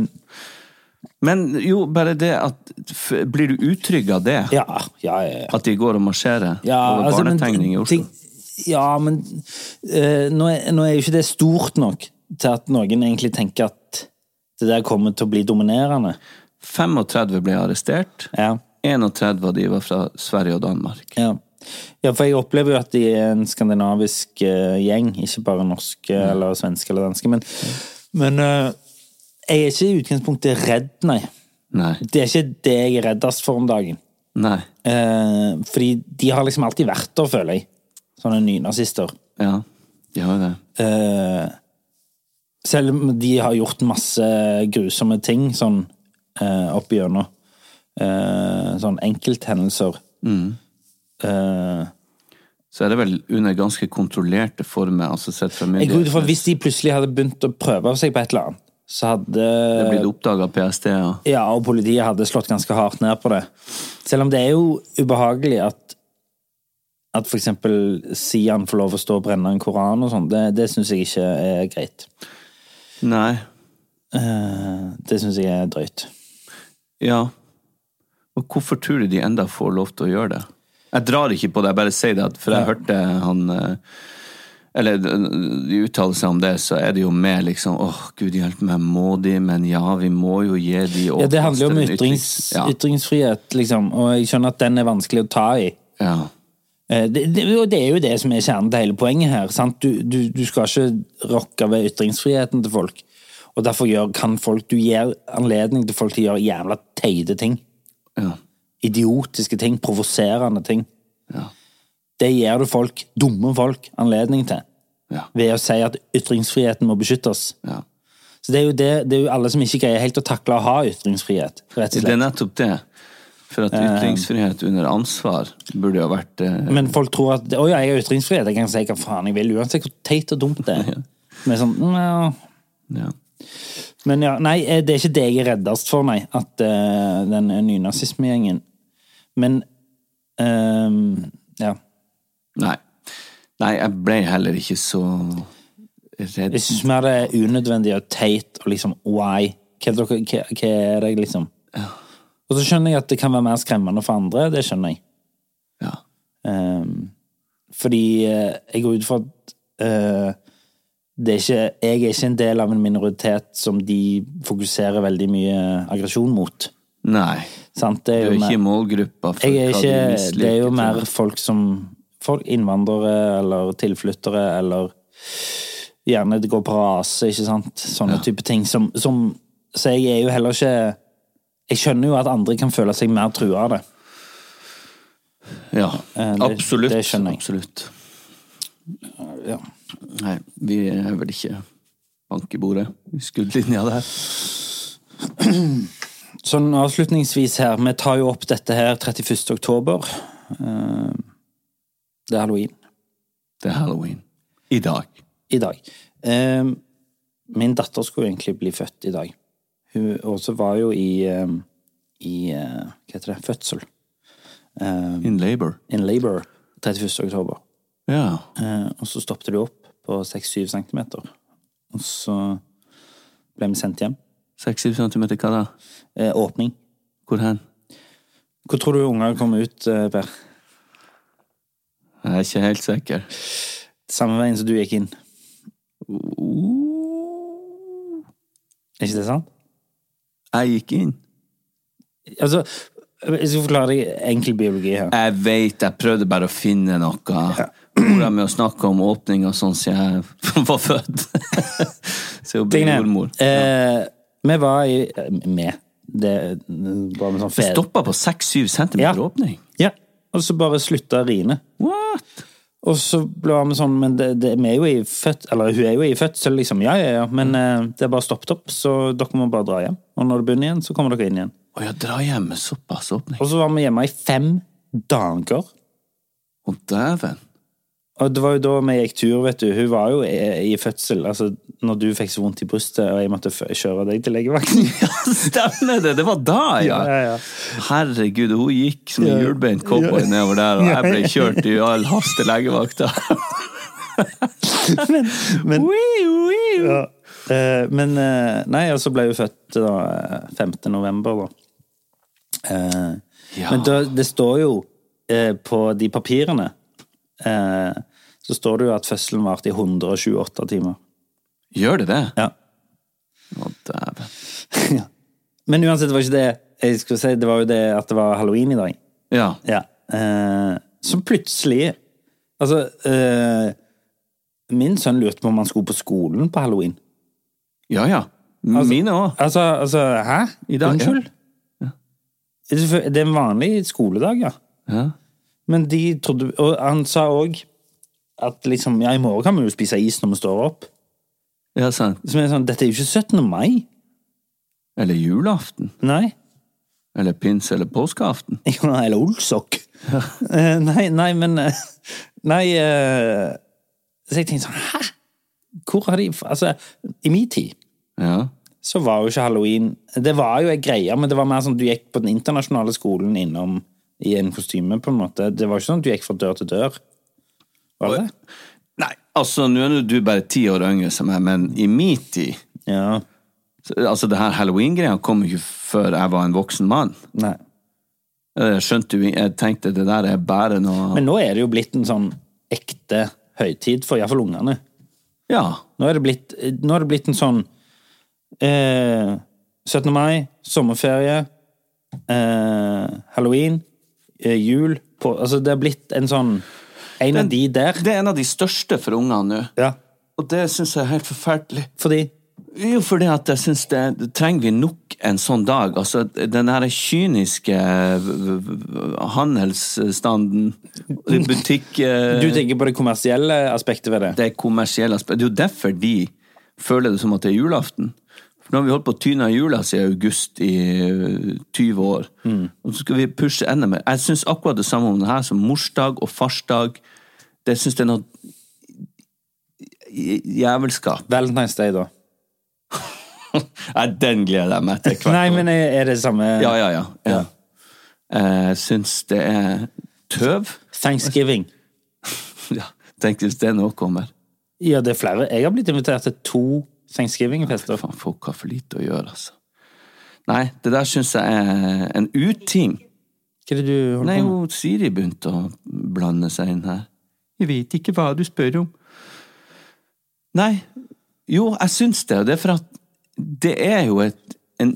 Speaker 4: Men jo, bare det at f Blir du utrygg av det? At de går og marsjerer
Speaker 3: Ja,
Speaker 4: over
Speaker 3: altså, men-
Speaker 4: barnetegning i Oslo?
Speaker 3: Ja, men eh, nå, er, nå er jo ikke det stort nok til at noen egentlig tenker at det der kommer til å bli dominerende.
Speaker 4: 35 ble arrestert. 31 av de var fra Sverige og Danmark.
Speaker 3: Ja. ja, for jeg opplever jo at de er en skandinavisk eh, gjeng, ikke bare norske eller svenske eller danske. Men, men eh, jeg er ikke i utgangspunktet redd, nei.
Speaker 4: Nei.
Speaker 3: Det er ikke det jeg er reddest for om dagen.
Speaker 4: Nei.
Speaker 3: Eh, fordi de har liksom alltid vært der, føler jeg. Sånne nynazister.
Speaker 4: Ja, de har jo det.
Speaker 3: Eh, selv om de har gjort masse grusomme ting sånn eh, opp igjennom. Eh, sånn enkelthendelser. Eh,
Speaker 4: Mm. Så er det vel under ganske kontrollerte former, altså sett fra
Speaker 3: Jeg går ut ifra
Speaker 4: myndighetene.
Speaker 3: Hvis de plutselig hadde begynt å prøve seg på et eller annet, så hadde
Speaker 4: Det blir oppdaga av PST, ja.
Speaker 3: Ja, og politiet hadde slått ganske hardt ned på det. Selv om det er jo ubehagelig at at for eksempel Sian får lov å stå og brenne en koran og sånn, det, det syns jeg ikke er greit. Eh,
Speaker 4: Nei.
Speaker 3: det syns jeg er drøyt.
Speaker 4: Ja. Og hvorfor tror du de enda får lov til å gjøre det? Jeg drar ikke på det, jeg bare sier det, at- for jeg hørte han eh, Eller eh, de uttaler seg om det, så er det jo mer liksom åh, gud hjelpe meg, må de? Men ja, vi må jo gi de
Speaker 3: Ja, det handler jo om
Speaker 4: åpnes til en
Speaker 3: ytrings,
Speaker 4: ytrings- ja.
Speaker 3: ytringsfrihet, liksom, og jeg skjønner at den er vanskelig å ta i. Eh, Det, det, og det er jo det som er kjernen til hele poenget her. Sant? Du, du, du skal ikke rokke ved ytringsfriheten til folk. Og derfor gjør, kan folk, du gir anledning til folk til å gjøre jævla teite ting. Idiotiske ting, provoserende ting. Det gir du folk, dumme folk, anledning til. Ved å si at ytringsfriheten må beskyttes. Så det er, jo det, det er jo alle som ikke greier helt å takle å ha ytringsfrihet. Rett og slett.
Speaker 4: Det er nettopp det. For at
Speaker 3: Eh,
Speaker 4: ytringsfrihet under ansvar burde jo ha vært eh,
Speaker 3: Men folk tror at Å ja, jeg har ytringsfrihet, jeg kan si hva faen jeg vil, uansett hvor teit og dumt det er. Men sånn, nja. Men ja, nei, eh, det er ikke det jeg er reddest for, nei. At eh, den nynazismegjengen Men ehm, ja.
Speaker 4: Nei. Nei, jeg ble heller ikke så redd.
Speaker 3: Jeg syns mer det er unødvendig og teit og liksom why. Hva er, dere, hva, hva er det, liksom? Og så skjønner jeg at det kan være mer skremmende for andre, det skjønner jeg. Ehm, fordi eh, jeg går ut fra at eh, det er ikke, jeg er ikke en del av en minoritet som de fokuserer veldig mye aggresjon mot.
Speaker 4: Nei.
Speaker 3: Sant? Det
Speaker 4: Du
Speaker 3: er
Speaker 4: er
Speaker 3: jo
Speaker 4: ikke i
Speaker 3: mer,
Speaker 4: målgruppa for
Speaker 3: jeg er
Speaker 4: hva du
Speaker 3: ikke,
Speaker 4: misliker.
Speaker 3: det er jo
Speaker 4: tror
Speaker 3: mer
Speaker 4: jeg.
Speaker 3: folk som folk, Innvandrere eller tilflyttere eller Gjerne det går på rase, ikke sant? Sånne type ting som, som Så jeg er jo heller ikke Jeg skjønner jo at andre kan føle seg mer trua av det.
Speaker 4: Ja,
Speaker 3: Eh, det-
Speaker 4: absolutt.
Speaker 3: det skjønner jeg.
Speaker 4: Absolutt.
Speaker 3: Ja.
Speaker 4: Nei, vi er vel ikke bank i bordet i skuddlinja der.
Speaker 3: Sånn avslutningsvis her, vi tar jo opp dette her 31. oktober. Eh, Det er halloween.
Speaker 4: Det er halloween. I dag.
Speaker 3: I dag. Eh, Min datter skulle egentlig bli født i dag. Hun også var jo i, eh, i eh, Hva heter det? Fødsel. Ehm,
Speaker 4: In labor.
Speaker 3: In labor 31. oktober.
Speaker 4: Ja.
Speaker 3: Eh, Og så stoppet de opp på 6-7 centimeter. Og så ble vi sendt hjem.
Speaker 4: 6-7 centimeter hva da?
Speaker 3: Eh, åpning.
Speaker 4: Hvor hen?
Speaker 3: Hvor tror du unger kommer ut, eh, Per?
Speaker 4: Jeg er ikke helt sikker.
Speaker 3: Samme veien som du gikk inn. Er ikke det sant?
Speaker 4: Jeg gikk inn.
Speaker 3: Altså, jeg skal forklare deg enkel biologi her.
Speaker 4: Jeg veit, jeg prøvde bare å finne noe. Mora mi å snakke om åpninga sånn som jeg var født. Så hun ble
Speaker 3: Tingene.
Speaker 4: jordmor.
Speaker 3: Eh, vi var i eh, Med. Det var med sånn
Speaker 4: Vi stoppa på 6-7 cm åpning.
Speaker 3: Ja. Og så bare slutta å rine.
Speaker 4: What?
Speaker 3: Og så ble vi sånn Men det, det, vi er jo i født, eller hun er jo i fødsel, liksom. Ja, ja, ja.
Speaker 4: Mm.
Speaker 3: Men eh, det er bare stoppet opp, så dere må bare dra hjem. Og når det begynner igjen, så kommer dere inn igjen.
Speaker 4: Å ja, dra hjem med såpass åpning.
Speaker 3: Og så var vi hjemme i fem dager.
Speaker 4: Å, dæven.
Speaker 3: Og det var jo da vi gikk tur, vet du. Hun var jo i, i fødsel. Altså, når du fikk så vondt i brystet, og jeg måtte f kjøre deg til legevakten.
Speaker 4: Stemmer det! Det var da, ja!
Speaker 3: Ja, ja, ja.
Speaker 4: Herregud, hun gikk som en
Speaker 3: Ja.
Speaker 4: hjulbeint cowboy
Speaker 3: Ja.
Speaker 4: nedover der, og jeg ble
Speaker 3: Ja.
Speaker 4: kjørt i all hast til legevakta.
Speaker 3: Men, ja. Eh, men eh, Nei, og så ble hun født da, eh, 5. november, da. Eh, Men da, det står jo eh, på de papirene eh, Så står det jo at fødselen varte i 128 timer.
Speaker 4: Gjør det det?
Speaker 3: Ja.
Speaker 4: Å, dæven.
Speaker 3: Ja. Men uansett, det var ikke det jeg skulle si. Det var jo det at det var halloween i dag.
Speaker 4: Ja.
Speaker 3: Eh, som plutselig Altså eh, Min sønn lurte på om han skulle på skolen på halloween.
Speaker 4: Ja, ja. Mine òg.
Speaker 3: Altså, altså, hæ?
Speaker 4: I dag, ja.
Speaker 3: Unnskyld? Det er selvfø- Det er en vanlig skoledag, ja.
Speaker 4: Ja.
Speaker 3: Men de trodde Og han sa òg at liksom Ja, i morgen kan vi jo spise is når vi står opp.
Speaker 4: Ja, sant.
Speaker 3: Som er sånn Dette er jo ikke 17. mai.
Speaker 4: Eller julaften.
Speaker 3: Nei.
Speaker 4: Eller pinse eller påskeaften.
Speaker 3: Ja, eller olsok. Eh, nei, nei, men eh, Nei eh, Så jeg tenkte sånn Hæ? Hvor har de Altså, i min tid
Speaker 4: Ja.
Speaker 3: så var jo ikke halloween Det var jo ei greie, men det var mer sånn du gikk på den internasjonale skolen innom i en kostyme, på en måte. Det var ikke sånn at du gikk fra dør til dør. Var det?
Speaker 4: Nei, altså, nå er nå du bare ti år yngre som meg, men i min tid
Speaker 3: Ja.
Speaker 4: så- Altså, det her halloween-greia kom jo ikke før jeg var en voksen mann.
Speaker 3: Nei.
Speaker 4: Jeg Eh, skjønte jo Jeg tenkte det der er bare noe
Speaker 3: Men nå er det jo blitt en sånn ekte høytid for iallfall ungene.
Speaker 4: Ja.
Speaker 3: Nå er det blitt, nå er det blitt en sånn eh, 17. mai, sommerferie, eh, halloween, eh, jul på, Altså, det er blitt en sånn En av de der.
Speaker 4: Det er en av de største for ungene nå.
Speaker 3: Ja.
Speaker 4: Og det syns jeg er helt forferdelig.
Speaker 3: Fordi?
Speaker 4: Jo, fordi at jeg syns det det trenger vi nok en sånn dag. Altså, den her kyniske v- v- handelsstanden, butikk eh,
Speaker 3: Du tenker på det kommersielle aspektet ved det?
Speaker 4: det er kommersielle aspekt. Det er jo derfor de føler det som at det er julaften. For nå har vi holdt på å tyne av jula siden august i eh, 20 år.
Speaker 3: Mm.
Speaker 4: Og så skal vi pushe enda mer. Jeg syns akkurat det samme om det her som morsdag og farsdag. Det syns jeg er noe j- jævelskap.
Speaker 3: Valentine's Day, da?
Speaker 4: Nei, den gleder jeg meg til hvert
Speaker 3: Nei, men er er det samme
Speaker 4: Ja, ja, ja. ja. Jeg syns det er tøv.
Speaker 3: Thanksgiving.
Speaker 4: Ja, Tenk hvis det nå kommer.
Speaker 3: Ja, det er flere. Jeg har blitt invitert til to thanksgiving-fester.
Speaker 4: Faen, folk har for lite å gjøre, altså. Nei, det der syns jeg er en uting.
Speaker 3: Hva er det du holder
Speaker 4: Nei,
Speaker 3: på med?
Speaker 4: hun Siri begynte å blande seg inn her. Jeg vet ikke hva du spør om. Nei, jo, jeg syns det, og det er for at det er jo et, en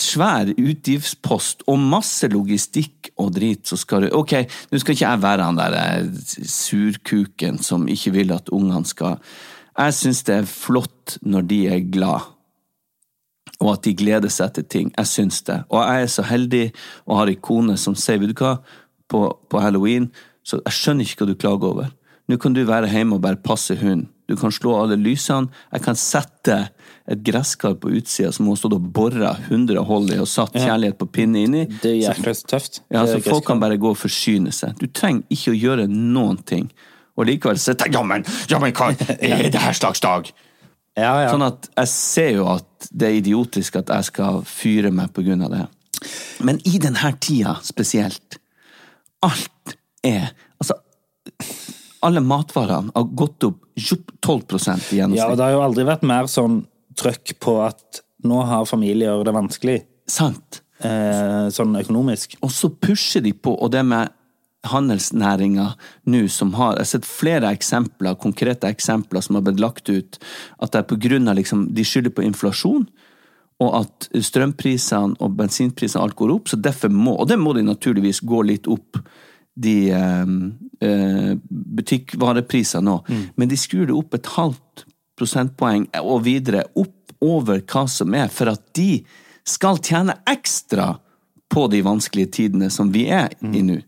Speaker 4: svær utgiftspost og masse logistikk og drit, så skal du Ok, nå skal ikke jeg være han der eh, surkuken som ikke vil at ungene skal Jeg syns det er flott når de er glad og at de gleder seg til ting. Jeg syns det. Og jeg er så heldig og har ei kone som sier, vet du hva, på, på halloween, så jeg skjønner ikke hva du klager over. Nå kan du være hjemme og bare passe hunden. Du kan slå alle lysene. Jeg kan sette et gresskar på utsida som hun har stått og bora 100 hold i og satt kjærlighet på pinne inni.
Speaker 3: Det er jækla tøft. Det
Speaker 4: Ja, så
Speaker 3: er
Speaker 4: folk
Speaker 3: gresskar.
Speaker 4: kan bare gå og forsyne seg. Du trenger ikke å gjøre noen ting. Og likevel sitter jeg Jammen, jammen, hva er det her slags dag?
Speaker 3: Ja, ja.
Speaker 4: Sånn at jeg ser jo at det er idiotisk at jeg skal fyre meg på grunn av det. Men i denne tida spesielt, alt er Altså, alle matvarene har gått opp 12 i gjennomsnitt.
Speaker 3: Ja, og det har jo aldri vært mer sånn trøkk på at nå har familier det vanskelig,
Speaker 4: Sant.
Speaker 3: eh, sånn økonomisk.
Speaker 4: Og så pusher de på, og det med handelsnæringa nå som har Jeg har sett flere eksempler, konkrete eksempler som har blitt lagt ut, at det er på grunn av liksom De skylder på inflasjon, og at strømprisene og bensinprisene og alt går opp, så derfor må Og det må de naturligvis gå litt opp, de eh, eh, butikkvareprisene nå. Men de skrur det opp et halvt prosentpoeng og videre opp over hva som er, for at de skal tjene ekstra på de vanskelige tidene som vi er i nå.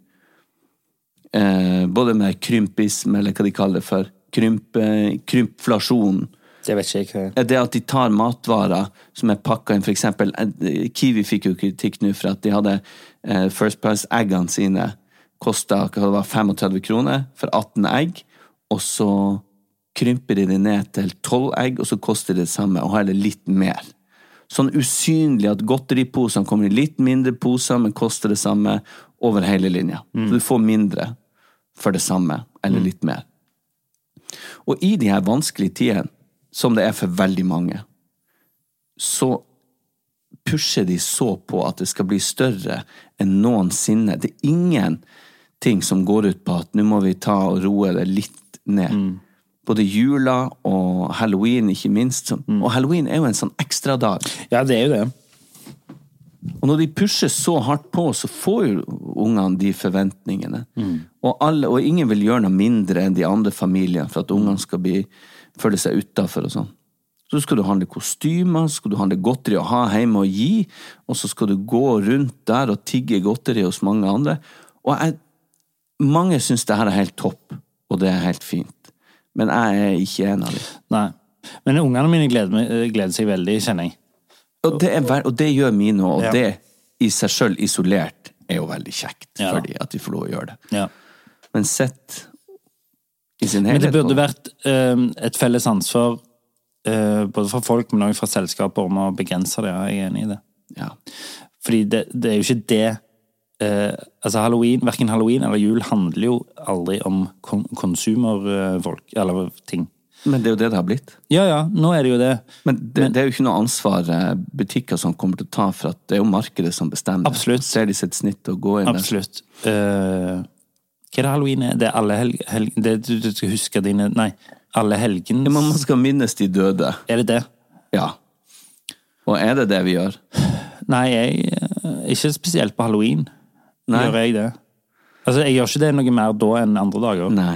Speaker 4: Eh, både med krympisme, eller hva de kaller det for. Krymp, eh, krympflasjon.
Speaker 3: Det vet ikke jeg hva
Speaker 4: Eh, Det at de tar matvarer som er pakka inn, for eksempel eh, Kiwi fikk jo kritikk nå for at de hadde eh, First Price-eggene sine kosta 35 kroner for 18 egg, og så krymper de det ned til tolv egg, og så koster det det samme, og heller litt mer. Sånn usynlig at godteriposene kommer i litt mindre poser, men koster det samme over hele linja.
Speaker 3: Mm.
Speaker 4: Så du får mindre for det samme, eller litt mer. Og i de her vanskelige tidene, som det er for veldig mange, så pusher de så på at det skal bli større enn noensinne. Det er ingenting som går ut på at nå må vi ta og roe det litt ned. Både jula og halloween, ikke minst. som- Og halloween er jo en sånn ekstra dag.
Speaker 3: Ja, det er jo det.
Speaker 4: Og når de pusher så hardt på, så får jo ungene de forventningene. Og, alle, og ingen vil gjøre noe mindre enn de andre familiene for at ungene skal bli, føle seg utafor og sånn. Så skal du handle kostymer, så skal du handle godteri å ha hjemme og gi, og så skal du gå rundt der og tigge godteri hos mange andre. Og jeg, mange syns det her er helt topp, og det er helt fint. Men jeg er ikke en av dem.
Speaker 3: Nei. Men ungene mine gleder, meg- gleder seg veldig, kjenner jeg.
Speaker 4: Og det, er, vel- og det gjør mine òg, og
Speaker 3: Ja.
Speaker 4: det i seg sjøl isolert er jo veldig kjekt
Speaker 3: Ja.
Speaker 4: for de at de får lov å gjøre det.
Speaker 3: Ja.
Speaker 4: Men sett i sin
Speaker 3: Men det
Speaker 4: helhet
Speaker 3: burde vært eh, et felles ansvar, eh, både fra folk, men også fra selskaper, om å begrense det. ja, Jeg er enig i det. Fordi det, det er jo ikke det eh, altså Halloween, Verken halloween eller jul handler jo aldri om kon konsumerfolk eller ting.
Speaker 4: Men det er jo det det har blitt.
Speaker 3: Ja, ja, nå er det jo det.
Speaker 4: Men det, det er jo ikke noe ansvar eh, butikker som kommer til å ta, for at det er jo markedet som bestemmer. Absolutt. Ser de sitt snitt og går inn der.
Speaker 3: Absolutt. Eh, hva er det halloween er? Det er alle helg... helg det, du, du skal huske dine Nei, alle helgens
Speaker 4: Ja, men man skal minnes de døde.
Speaker 3: Er det det?
Speaker 4: Ja. Og er det det vi gjør?
Speaker 3: Nei, jeg eh, Ikke spesielt på halloween.
Speaker 4: Nei.
Speaker 3: Gjør jeg det? Altså, jeg gjør ikke det noe mer da enn andre dager.
Speaker 4: Nei.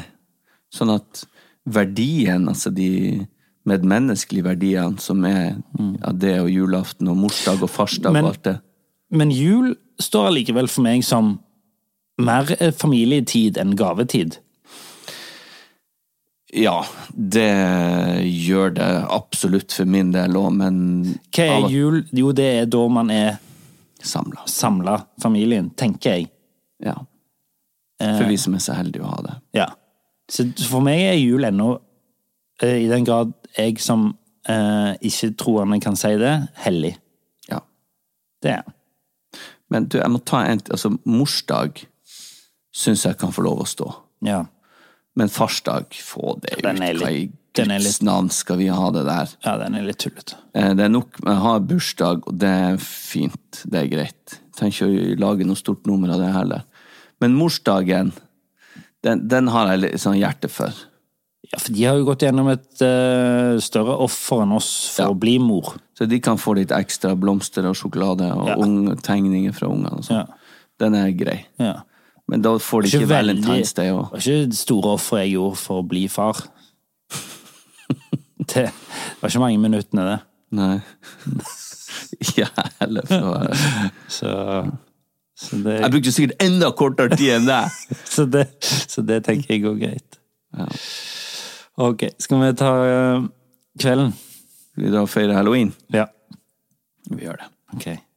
Speaker 4: Sånn at verdien, altså de medmenneskelige verdiene som er av det og julaften og morsdag og farsdag
Speaker 3: Mm. Men-
Speaker 4: og alt det
Speaker 3: Men jul står allikevel for meg som mer eh, familietid enn gavetid.
Speaker 4: Ja, det gjør det absolutt for min del òg, men
Speaker 3: Hva
Speaker 4: av
Speaker 3: er
Speaker 4: og-
Speaker 3: jul? Jo, det er da man er
Speaker 4: Samla.
Speaker 3: familien, tenker jeg.
Speaker 4: Ja.
Speaker 3: Eh,
Speaker 4: For vi som er så heldige å ha det.
Speaker 3: Ja. Så for meg er jul ennå, eh, i den grad jeg som eh, ikke-troende kan si det, hellig.
Speaker 4: Ja.
Speaker 3: Det er
Speaker 4: Men du, jeg må ta en til. Altså, morsdag syns jeg kan få lov å stå.
Speaker 3: Ja.
Speaker 4: Men farsdag, få det ut.
Speaker 3: Den er
Speaker 4: Hva i
Speaker 3: litt- den er
Speaker 4: Guds
Speaker 3: litt-
Speaker 4: navn skal vi ha det der?
Speaker 3: Ja, den er litt tullete.
Speaker 4: Eh, Det er nok Jeg har bursdag, og det er fint. Det er greit. Trenger ikke å lage noe stort nummer av det heller. Men morsdagen, den, den har jeg litt sånn hjerte for.
Speaker 3: Ja, for de har jo gått gjennom et eh, større offer enn oss for å bli mor.
Speaker 4: Så de kan få litt ekstra blomster og sjokolade og
Speaker 3: Ja.
Speaker 4: ung- tegninger fra ungene. og sånn. Den er grei.
Speaker 3: Ja.
Speaker 4: Men da får de ikke,
Speaker 3: veldig-
Speaker 4: Valentine's Day òg.
Speaker 3: Det var ikke det store offeret jeg gjorde for å bli far. Det var ikke mange minuttene, det.
Speaker 4: Nei. Ikke jeg heller. For å være.
Speaker 3: Så, så det
Speaker 4: Jeg brukte sikkert enda kortere tid enn deg!
Speaker 3: så, det, så det tenker jeg går greit. Ok, skal vi ta eh, kvelden?
Speaker 4: Skal vi dra og feire halloween?
Speaker 3: Ja.
Speaker 4: Vi gjør det.
Speaker 3: Ok.